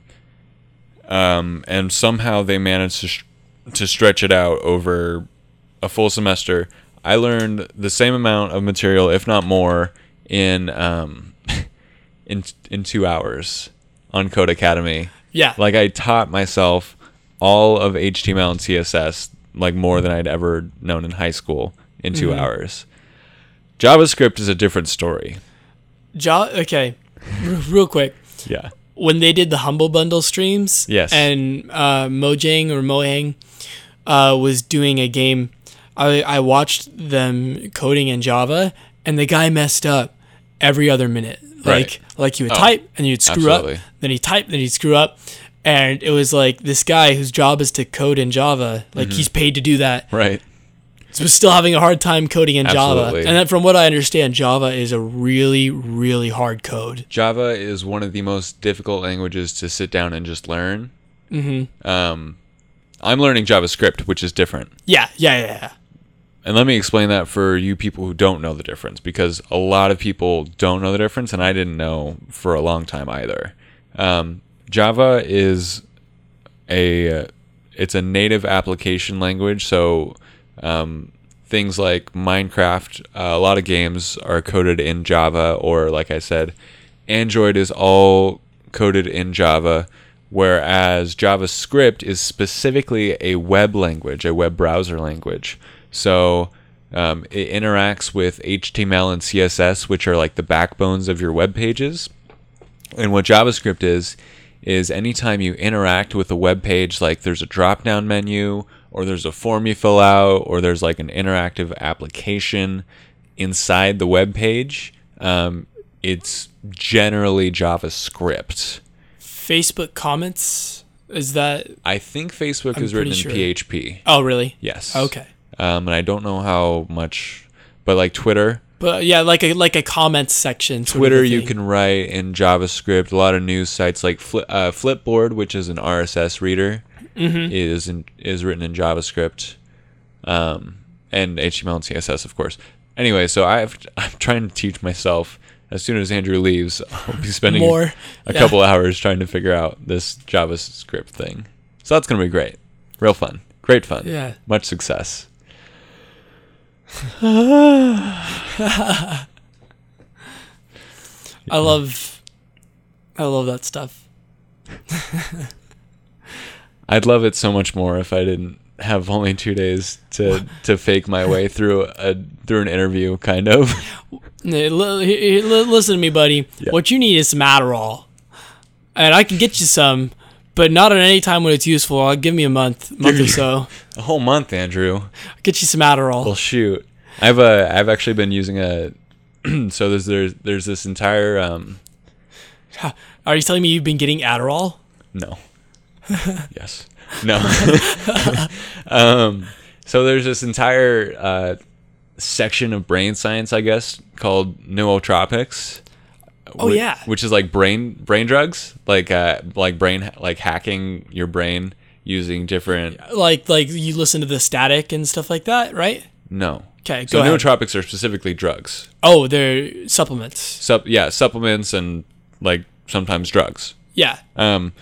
um, and somehow they managed to sh- to stretch it out over a full semester. I learned the same amount of material, if not more, in um, in in two hours on Code Academy.
Yeah,
Like I taught myself all of HTML and CSS like more than I'd ever known in high school in 2 hours. JavaScript is a different story.
Ja- okay, R- real quick.
Yeah.
When they did the Humble Bundle streams,
Yes.
and uh, Mojang or Mohang uh, was doing a game, I I watched them coding in Java, and the guy messed up every other minute. Like like he would
Oh,
type and he'd screw
absolutely.
up, then he'd type, then he'd screw up, and it was like this guy whose job is to code in Java,
Mm-hmm.
like he's paid to do that,
Right.
was still having a hard time coding in
Absolutely.
Java. And then from what I understand, Java is a really really hard code.
Java is one of the most difficult languages to sit down and just learn. Mm-hmm. Um, I'm learning JavaScript, which is different.
Yeah, yeah, yeah. yeah.
And let me explain that for you people who don't know the difference, because a lot of people don't know the difference, and I didn't know for a long time either. Um, Java is a it's a native application language, so um, things like Minecraft, uh, a lot of games are coded in Java, or like I said, Android is all coded in Java, whereas JavaScript is specifically a web language, a web browser language. So um, it interacts with HTML and CSS, which are like the backbones of your web pages. And what JavaScript is, is anytime you interact with a web page, like there's a drop down menu, or there's a form you fill out, or there's like an interactive application inside the web page, um, it's generally JavaScript.
Facebook comments is that?
I think Facebook
I'm
is written in
pretty sure.
PHP.
Oh, really?
Yes.
Okay.
Um, and I don't know how much, but like Twitter,
But yeah, like a like a comments section. sort of
Twitter,
a
you
thing.
can write in JavaScript. A lot of news sites like Fli uh, Flipboard, which is an RSS reader,
Mm-hmm.
is in, is written in JavaScript, um, and HTML and CSS, of course. Anyway, so I've, I'm trying to teach myself. As soon as Andrew leaves, I'll be spending
More,
a
yeah.
couple hours trying to figure out this JavaScript thing. So that's gonna be great, real fun, great fun.
Yeah.
much success.
I love, I love that stuff.
I'd love it so much more if I didn't have only two days to to fake my way through a through an interview, kind of.
Hey, li- he- he- li- Listen to me, buddy. What you need is some Adderall, and I can get you some, but not at any time when it's useful. I'll give me a month, month or so.
a whole month, Andrew.
I'll get you some Adderall.
Well, shoot. I've uh, I've actually been using a. so there's there's there's this entire um
Are you telling me you've been getting Adderall?
no. yes. No. um. So there's this entire uh, section of brain science, I guess, called nootropics.
Oh
whi-
yeah.
which is like brain brain drugs, like uh, like brain like hacking your brain using different.
Like like you listen to the static and stuff like that, right?
No.
'Kay,
So
go ahead.
nootropics are specifically drugs.
Oh, they're supplements.
Sup- yeah, supplements and like sometimes drugs.
Yeah.
Um,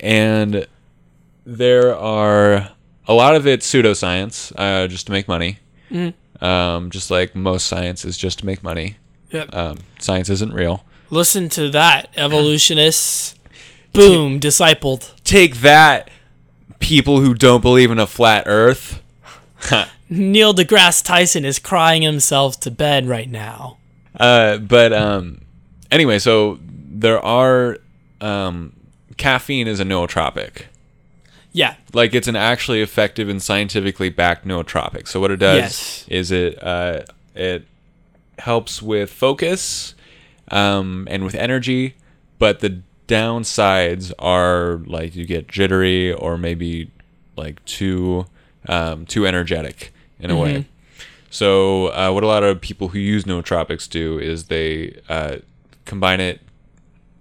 and there are a lot of it's pseudoscience, uh, just to make money. Um, just like most science is just to make money.
Yep.
Um, science isn't real.
Listen to that, evolutionists. Boom, discipled.
Take that, people who don't believe in a flat Earth.
Neil deGrasse Tyson is crying himself to bed right now.
Uh, but um, anyway, so there are um, caffeine is a nootropic.
Yeah.
Like it's an actually effective and scientifically backed nootropic. So what it does
Yes.
is it uh, it helps with focus um, and with energy, but the downsides are like you get jittery or maybe like too um, too energetic in a way. So uh, what a lot of people who use nootropics do is they uh, combine it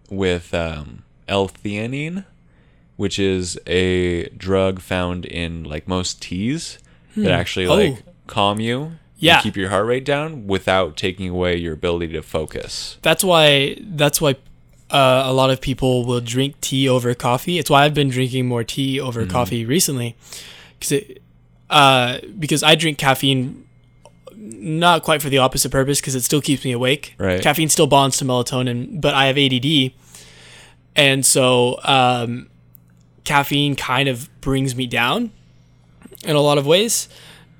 with um, L-theanine, which is a drug found in like most teas that actually like calm you, and
Yeah.
keep your heart rate down without taking away your ability to focus.
That's why that's why uh, a lot of people will drink tea over coffee. It's why I've been drinking more tea over coffee recently, because it uh, because I drink caffeine, not quite for the opposite purpose, because it still keeps me awake.
Right.
Caffeine still bonds to melatonin, but I have ADD, and so um, caffeine kind of brings me down in a lot of ways.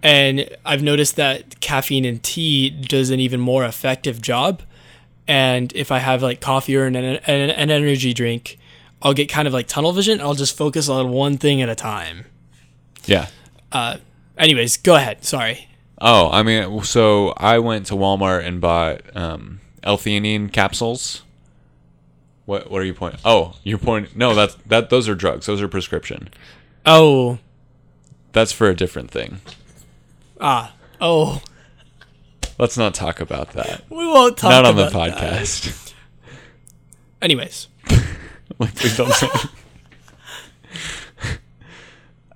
And I've noticed that caffeine in tea does an even more effective job and if I have like coffee or an, an, an energy drink, I'll get kind of like tunnel vision. I'll just focus on one thing at a time.
Yeah.
Anyways, go ahead. Sorry.
Oh, I mean, so I went to Walmart and bought um, L-theanine capsules. What What are you pointing? Oh, you're pointing. No, that's that. Those are drugs. Those are prescription.
Oh,
That's for a different thing.
ah, oh.
Let's not talk about that.
We won't talk
not on the
about that.
podcast.
Anyways,
like please don't.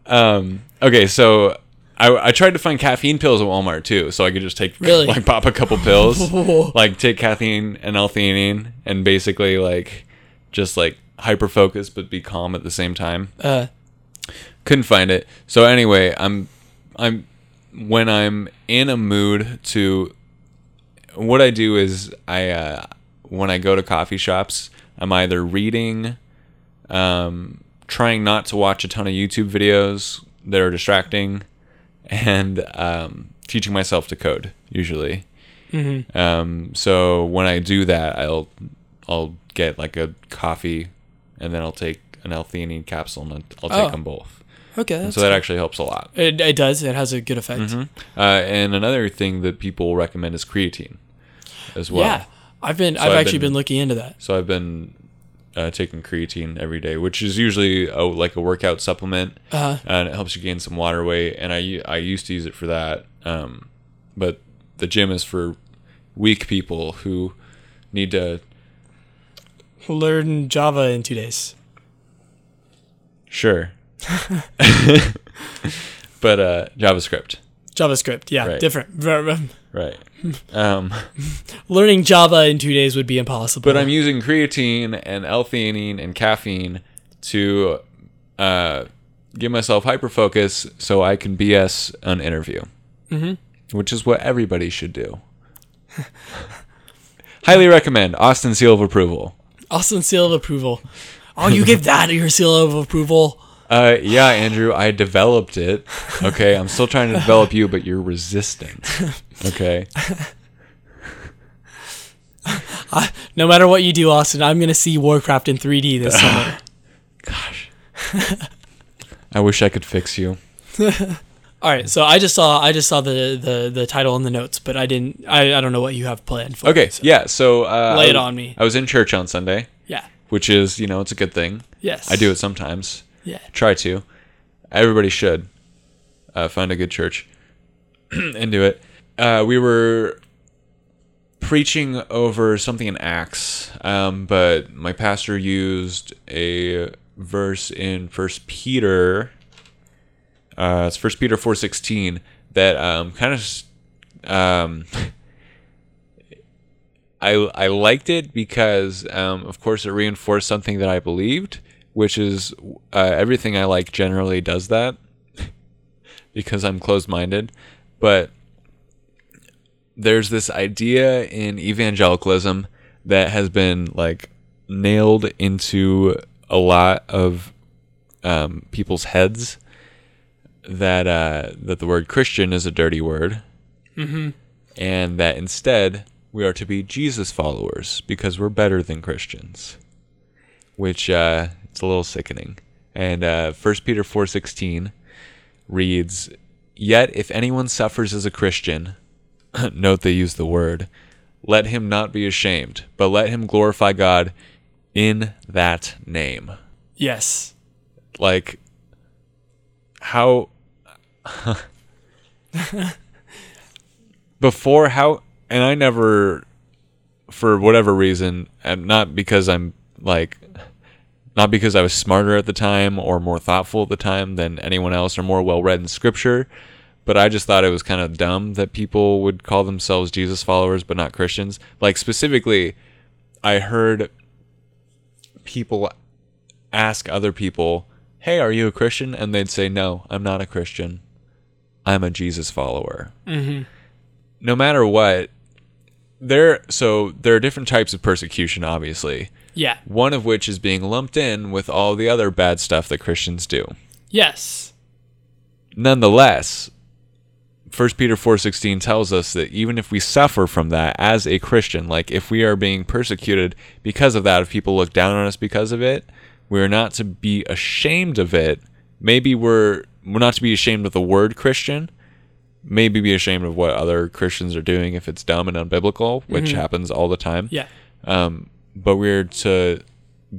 um. Okay. So. I, I tried to find caffeine pills at Walmart too, so I could just take
Really?
like pop a couple pills, like take caffeine and L-theanine, and basically like just like hyper focus but be calm at the same time.
uh,
couldn't find it so anyway i'm i'm when i'm in a mood to what i do is i uh, when i go to coffee shops i'm either reading um, trying not to watch a ton of youtube videos that are distracting and um, teaching myself to code usually
Mm-hmm.
um, so when i do that i'll i'll get like a coffee and then i'll take an l-theanine capsule and i'll take
Oh.
them both
okay. That's,
so that actually helps a lot.
it, it does. It has a good effect.
Uh, and another thing that people recommend is creatine as well.
Yeah, I've been. I've,
I've
actually
been-
been, looking into that.
So I've been uh, taking creatine every day, which is usually a, like a workout supplement,
Uh,
and it helps you gain some water weight. And I u- I used to use it for that, um, but the gym is for weak people who need to
learn Java in two days.
sure, but uh, JavaScript,
JavaScript. Yeah,
Right.
different. Ver- ver-
right? Um,
Learning Java in two days would be impossible.
But I'm using creatine and L-theanine and caffeine to uh, give myself hyper focus so I can BS an interview, mm-hmm. which is what everybody should do. Highly recommend Austin Seal of Approval.
Austin seal of approval. Oh, you give that your seal of approval?
Uh, yeah, Andrew, I developed it. Okay, I'm still trying to develop you, but you're resistant. Okay,
No matter what you do, Austin, I'm gonna see Warcraft in 3D this summer.
I wish I could fix you.
All right, so I just saw I just saw the the, the title in the notes, but I didn't. I, I don't know what you have planned for.
Okay,
so-
yeah. So uh,
Lay it
I-
on me.
I was in church on Sunday,
yeah.
which is you know it's a good thing.
Yes.
I do it sometimes.
Yeah.
Try to. Everybody should uh, find a good church and do it. Uh, we were preaching over something in Acts, um, but my pastor used a verse in First Peter. Uh, it's First Peter four sixteen that um, kind of um, I I liked it because um, of course it reinforced something that I believed, which is uh, everything I like generally does that because I'm closed minded, but there's this idea in evangelicalism that has been like nailed into a lot of um, people's heads that uh, that the word Christian is a dirty word, and that instead we are to be Jesus followers because we're better than Christians, which uh, it's a little sickening. And uh, 1 Peter four sixteen reads, "Yet if anyone suffers as a Christian, note they use the word, let him not be ashamed, but let him glorify God in that name."
Yes.
Like, how? before how? And I never, for whatever reason, and not because I'm like, not because I was smarter at the time or more thoughtful at the time than anyone else or more well read in scripture, but I just thought it was kind of dumb that people would call themselves Jesus followers but not Christians. Like, specifically, I heard people ask other people, "Hey, are you a Christian?" and they'd say, "No, I'm not a Christian. I'm a Jesus follower." Mm-hmm. No matter what, there so there are different types of persecution, obviously.
Yeah.
One of which is being lumped in with all the other bad stuff that Christians do.
Yes.
Nonetheless, 1 Peter 4:16 tells us that even if we suffer from that as a Christian, like if we are being persecuted because of that, if people look down on us because of it, we're not to be ashamed of it. Maybe we're we're not to be ashamed of the word Christian. Maybe be ashamed of what other Christians are doing if it's dumb and unbiblical, which happens all the time
Yeah.
um, but we're to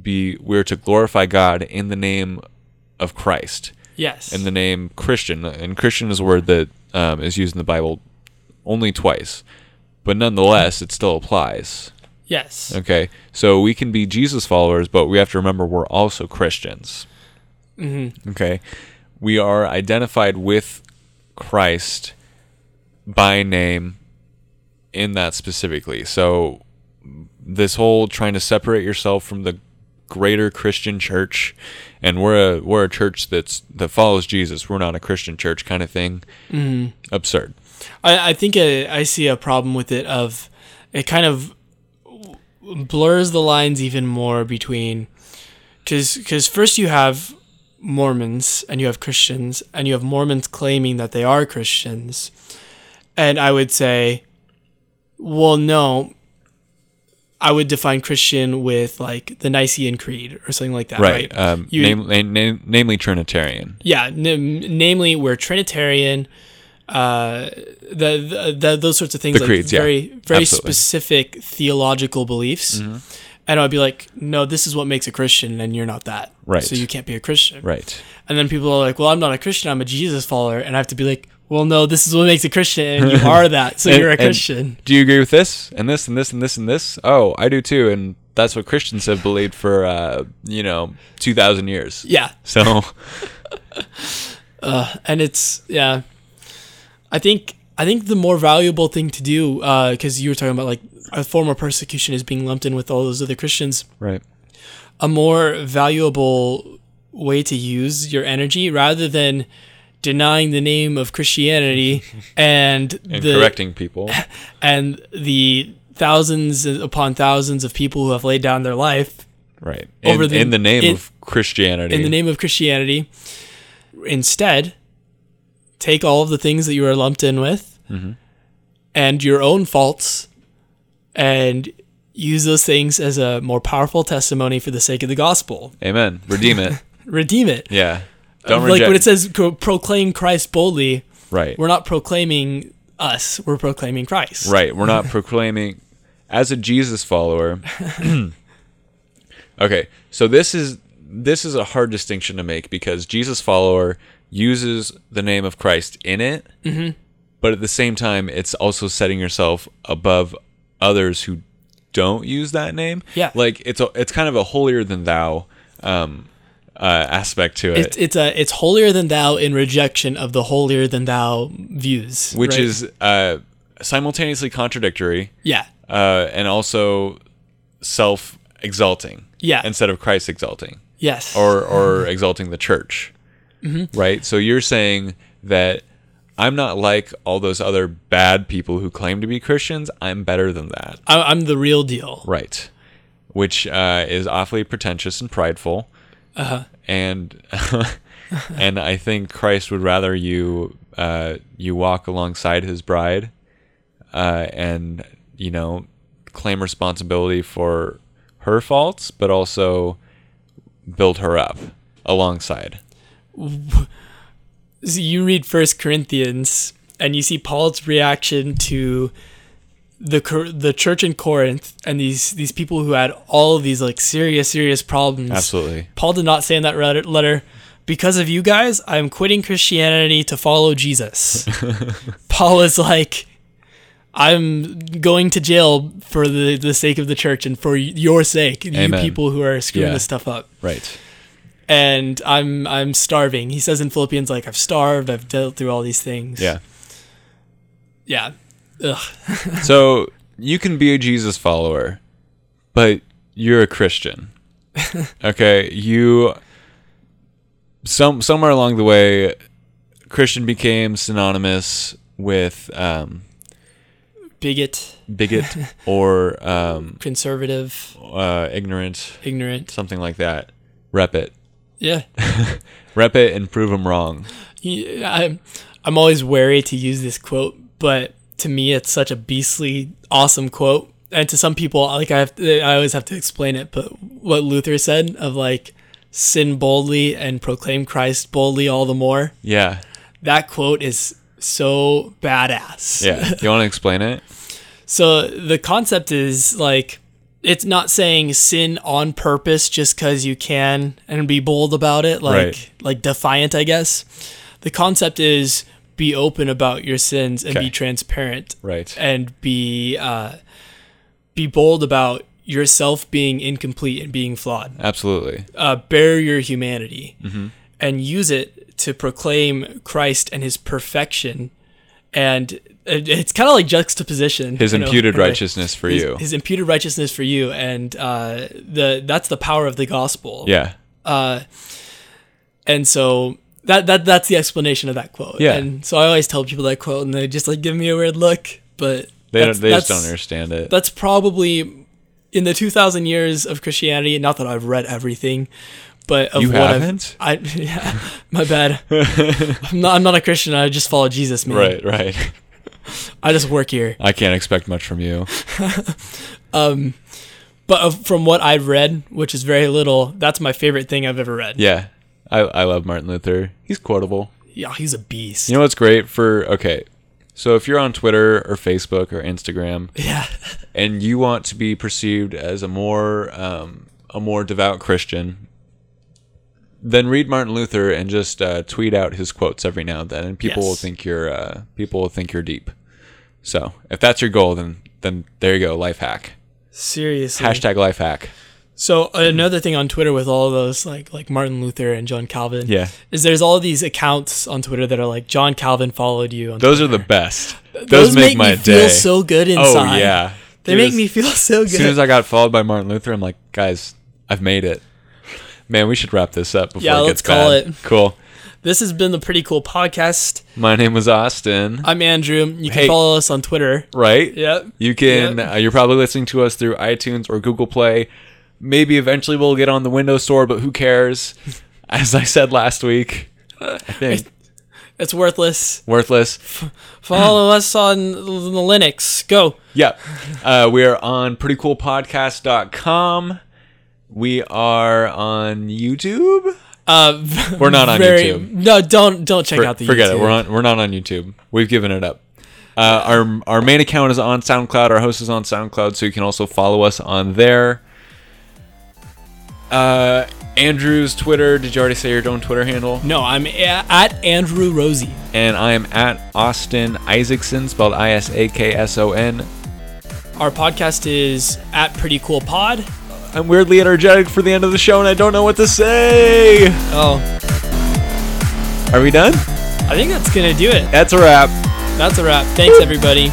be we are to glorify God in the name of Christ,
Yes.
in the name Christian, and Christian is a word that um, is used in the Bible only twice, but nonetheless it still applies.
yes.
Okay, so we can be Jesus followers, but we have to remember we're also Christians. Mm-hmm. Okay, we are identified with Christ by name in that specifically. So, this whole trying to separate yourself from the greater Christian church, and we're a we're a church that's that follows Jesus. We're not a Christian church kind of thing. Mm-hmm. Absurd.
I, I think I, I see a problem with it of it kind of blurs the lines even more between because because first you have Mormons and you have Christians and you have Mormons claiming that they are Christians, and I would say, well, no. I would define Christian with like the Nicene Creed or something like that,
Right.
right?
Um,
You-
nam- na- na- namely Trinitarian.
yeah, n- namely we're Trinitarian, uh, the, the, the those sorts of
The
things, like
creeds, yeah.
very very
Absolutely. Mm-hmm.
specific theological beliefs. And I'd be like, no, this is what makes a Christian, and you're not that,
Right.
So you can't be a Christian,
Right.
And then people are like, well, I'm not a Christian, I'm a Jesus follower, and I have to be like, well, no, this is what makes a Christian, and you are that, so
And-
you're a
and
Christian.
do you agree with this and this and this and this and this? Oh, I do too, and that's what Christians have believed for uh, you know two thousand years.
Yeah,
So
and it's yeah i think i think the more valuable thing to do because you were talking about like a form of persecution is being lumped in with all those other christians
right,
a more valuable way to use your energy rather than denying the name of christianity and,
and
the
correcting people.
and the thousands upon thousands of people who have laid down their life
Right.
Over
in,
the-
in the name
in-
of Christianity.
in the name of Christianity. Instead, take all of the things that you are lumped in with
Mm-hmm.
and your own faults and use those things as a more powerful testimony for the sake of the gospel.
Amen. Redeem it.
Redeem it.
Yeah. Don't
like
reject.
when it says "Co- proclaim Christ boldly,
right.
we're not proclaiming us, we're proclaiming Christ.
Right. We're not proclaiming as a Jesus follower. okay. So this is this is a hard distinction to make because Jesus follower uses the name of Christ in it,
Mm-hmm.
but at the same time, it's also setting yourself above others who don't use that name.
Yeah.
Like it's a, it's kind of a holier than thou um, uh, aspect to it.
It's it's a it's holier than thou in rejection of the holier than thou views,
which
right?
is uh, simultaneously contradictory
yeah,
uh, and also self exalting.
Yeah.
Instead of Christ exalting
yes,
or, or exalting the church. Right? So you're saying that I'm not like all those other bad people who claim to be Christians. I'm better than that.
I, I'm the real deal.
Right. Which uh, is awfully pretentious and prideful. And and I think Christ would rather you uh, you walk alongside His bride, uh, and you know, claim responsibility for her faults, but also build her up alongside.
So you read First Corinthians and you see Paul's reaction to the Cor- the church in Corinth and these these people who had all of these like serious serious problems.
Absolutely.
Paul did not say in that letter, letter because of you guys, I'm quitting Christianity to follow Jesus. Paul is like I'm going to jail for the, the sake of the church and for your sake,
Amen.
you people who are screwing
Yeah.
this stuff up
Right.
and I'm I'm starving. He says in Philippians like I've starved, I've dealt through all these things.
Yeah.
Yeah. Ugh.
So you can be a Jesus follower, but you're a Christian. Okay, you some somewhere along the way, Christian became synonymous with um,
Bigot,
bigot or um,
conservative,
uh, ignorant,
ignorant.
something like that. Rep it,
Yeah.
rep it, and prove them wrong.
Yeah, I'm I'm always wary to use this quote, but to me it's such a beastly awesome quote. And to some people, like I have, to, I always have to explain it. But what Luther said of like, sin boldly and proclaim Christ boldly all the more.
Yeah,
That quote is so badass.
yeah. You want to explain it?
So the concept is like it's not saying sin on purpose just because you can and be bold about it, like
Right.
like defiant, I guess. The concept is be open about your sins and
Okay.
be transparent
Right.
and be uh, be bold about yourself being incomplete and being flawed.
Absolutely.
Uh, bear your humanity
Mm-hmm.
and use it to proclaim Christ and His perfection. And it- it's kind of like juxtaposition.
His
you know,
imputed
in a way.
righteousness for
his,
you.
his imputed righteousness for you, and uh, the that's the power of the gospel. Uh,
yeah.
And so that that that's the explanation of that quote.
Yeah.
And so I always tell people that quote, and they just like give me a weird look. But
They
that's-
don't, they just
that's-
don't understand it.
that's probably in the 2000 years of Christianity. Not that I've read everything, but of
You
what I've-
haven't?
I yeah, my bad. I'm not. I'm not a Christian. I just follow Jesus, man.
Right, right.
I just work here.
I can't expect much from you.
But of, from what I've read, which is very little, that's my favorite thing I've ever read.
Yeah. I, I love Martin Luther. He's quotable.
Yeah, he's a beast.
You know what's great for okay. So if you're on Twitter or Facebook or Instagram
yeah.
and you want to be perceived as a more um, a more devout Christian, then read Martin Luther and just uh, tweet out his quotes every now and then, and people will
Yes.
think you're uh, people will think you're deep. So if that's your goal, then then there you go, life hack.
Seriously.
Hashtag life hack.
So another thing on Twitter with all those like like Martin Luther and John Calvin.
Yeah.
Is there's all these accounts on Twitter that are like John Calvin followed you on
Those are the best. Those,
Those
make, my
me
day.
feel so good
oh
inside.
yeah,
They
Dude,
make
as-
me feel so
As soon
good.
as I got followed by Martin Luther, I'm like, guys, I've made it. Man, we should wrap this up before
Yeah,
it
let's
gets
call
bad.
it.
Cool.
this has been the pretty cool podcast.
My name was Austin.
I'm Andrew. You can
Hey.
follow us on Twitter.
right?
Yep.
You can.
Yep.
Uh, you're probably listening to us through iTunes or Google Play. Maybe eventually we'll get on the Windows Store, but who cares? As I said last week, I think
It's worthless.
worthless.
Follow us on the Linux. Go.
Yeah. Uh, we are on prettycoolpodcast.com. We are on YouTube.
Uh,
We're not on
very-
YouTube.
No, don't don't check out the
forget it.
YouTube.
We're on. We're not on YouTube. We've given it up. Uh, our our main account is on SoundCloud. Our host is on SoundCloud, so you can also follow us on there. Uh, Andrew's Twitter. Did you already say your own Twitter handle?
No, I'm a- at Andrew Rosie.
And I am at Austin Isaacson, spelled I S A K S O N.
Our podcast is at Pretty Cool Pod.
I'm weirdly energetic for the end of the show, and I don't know what to say.
Oh,
Are we done?
I think that's gonna do it.
That's a wrap.
That's a wrap. Thanks everybody.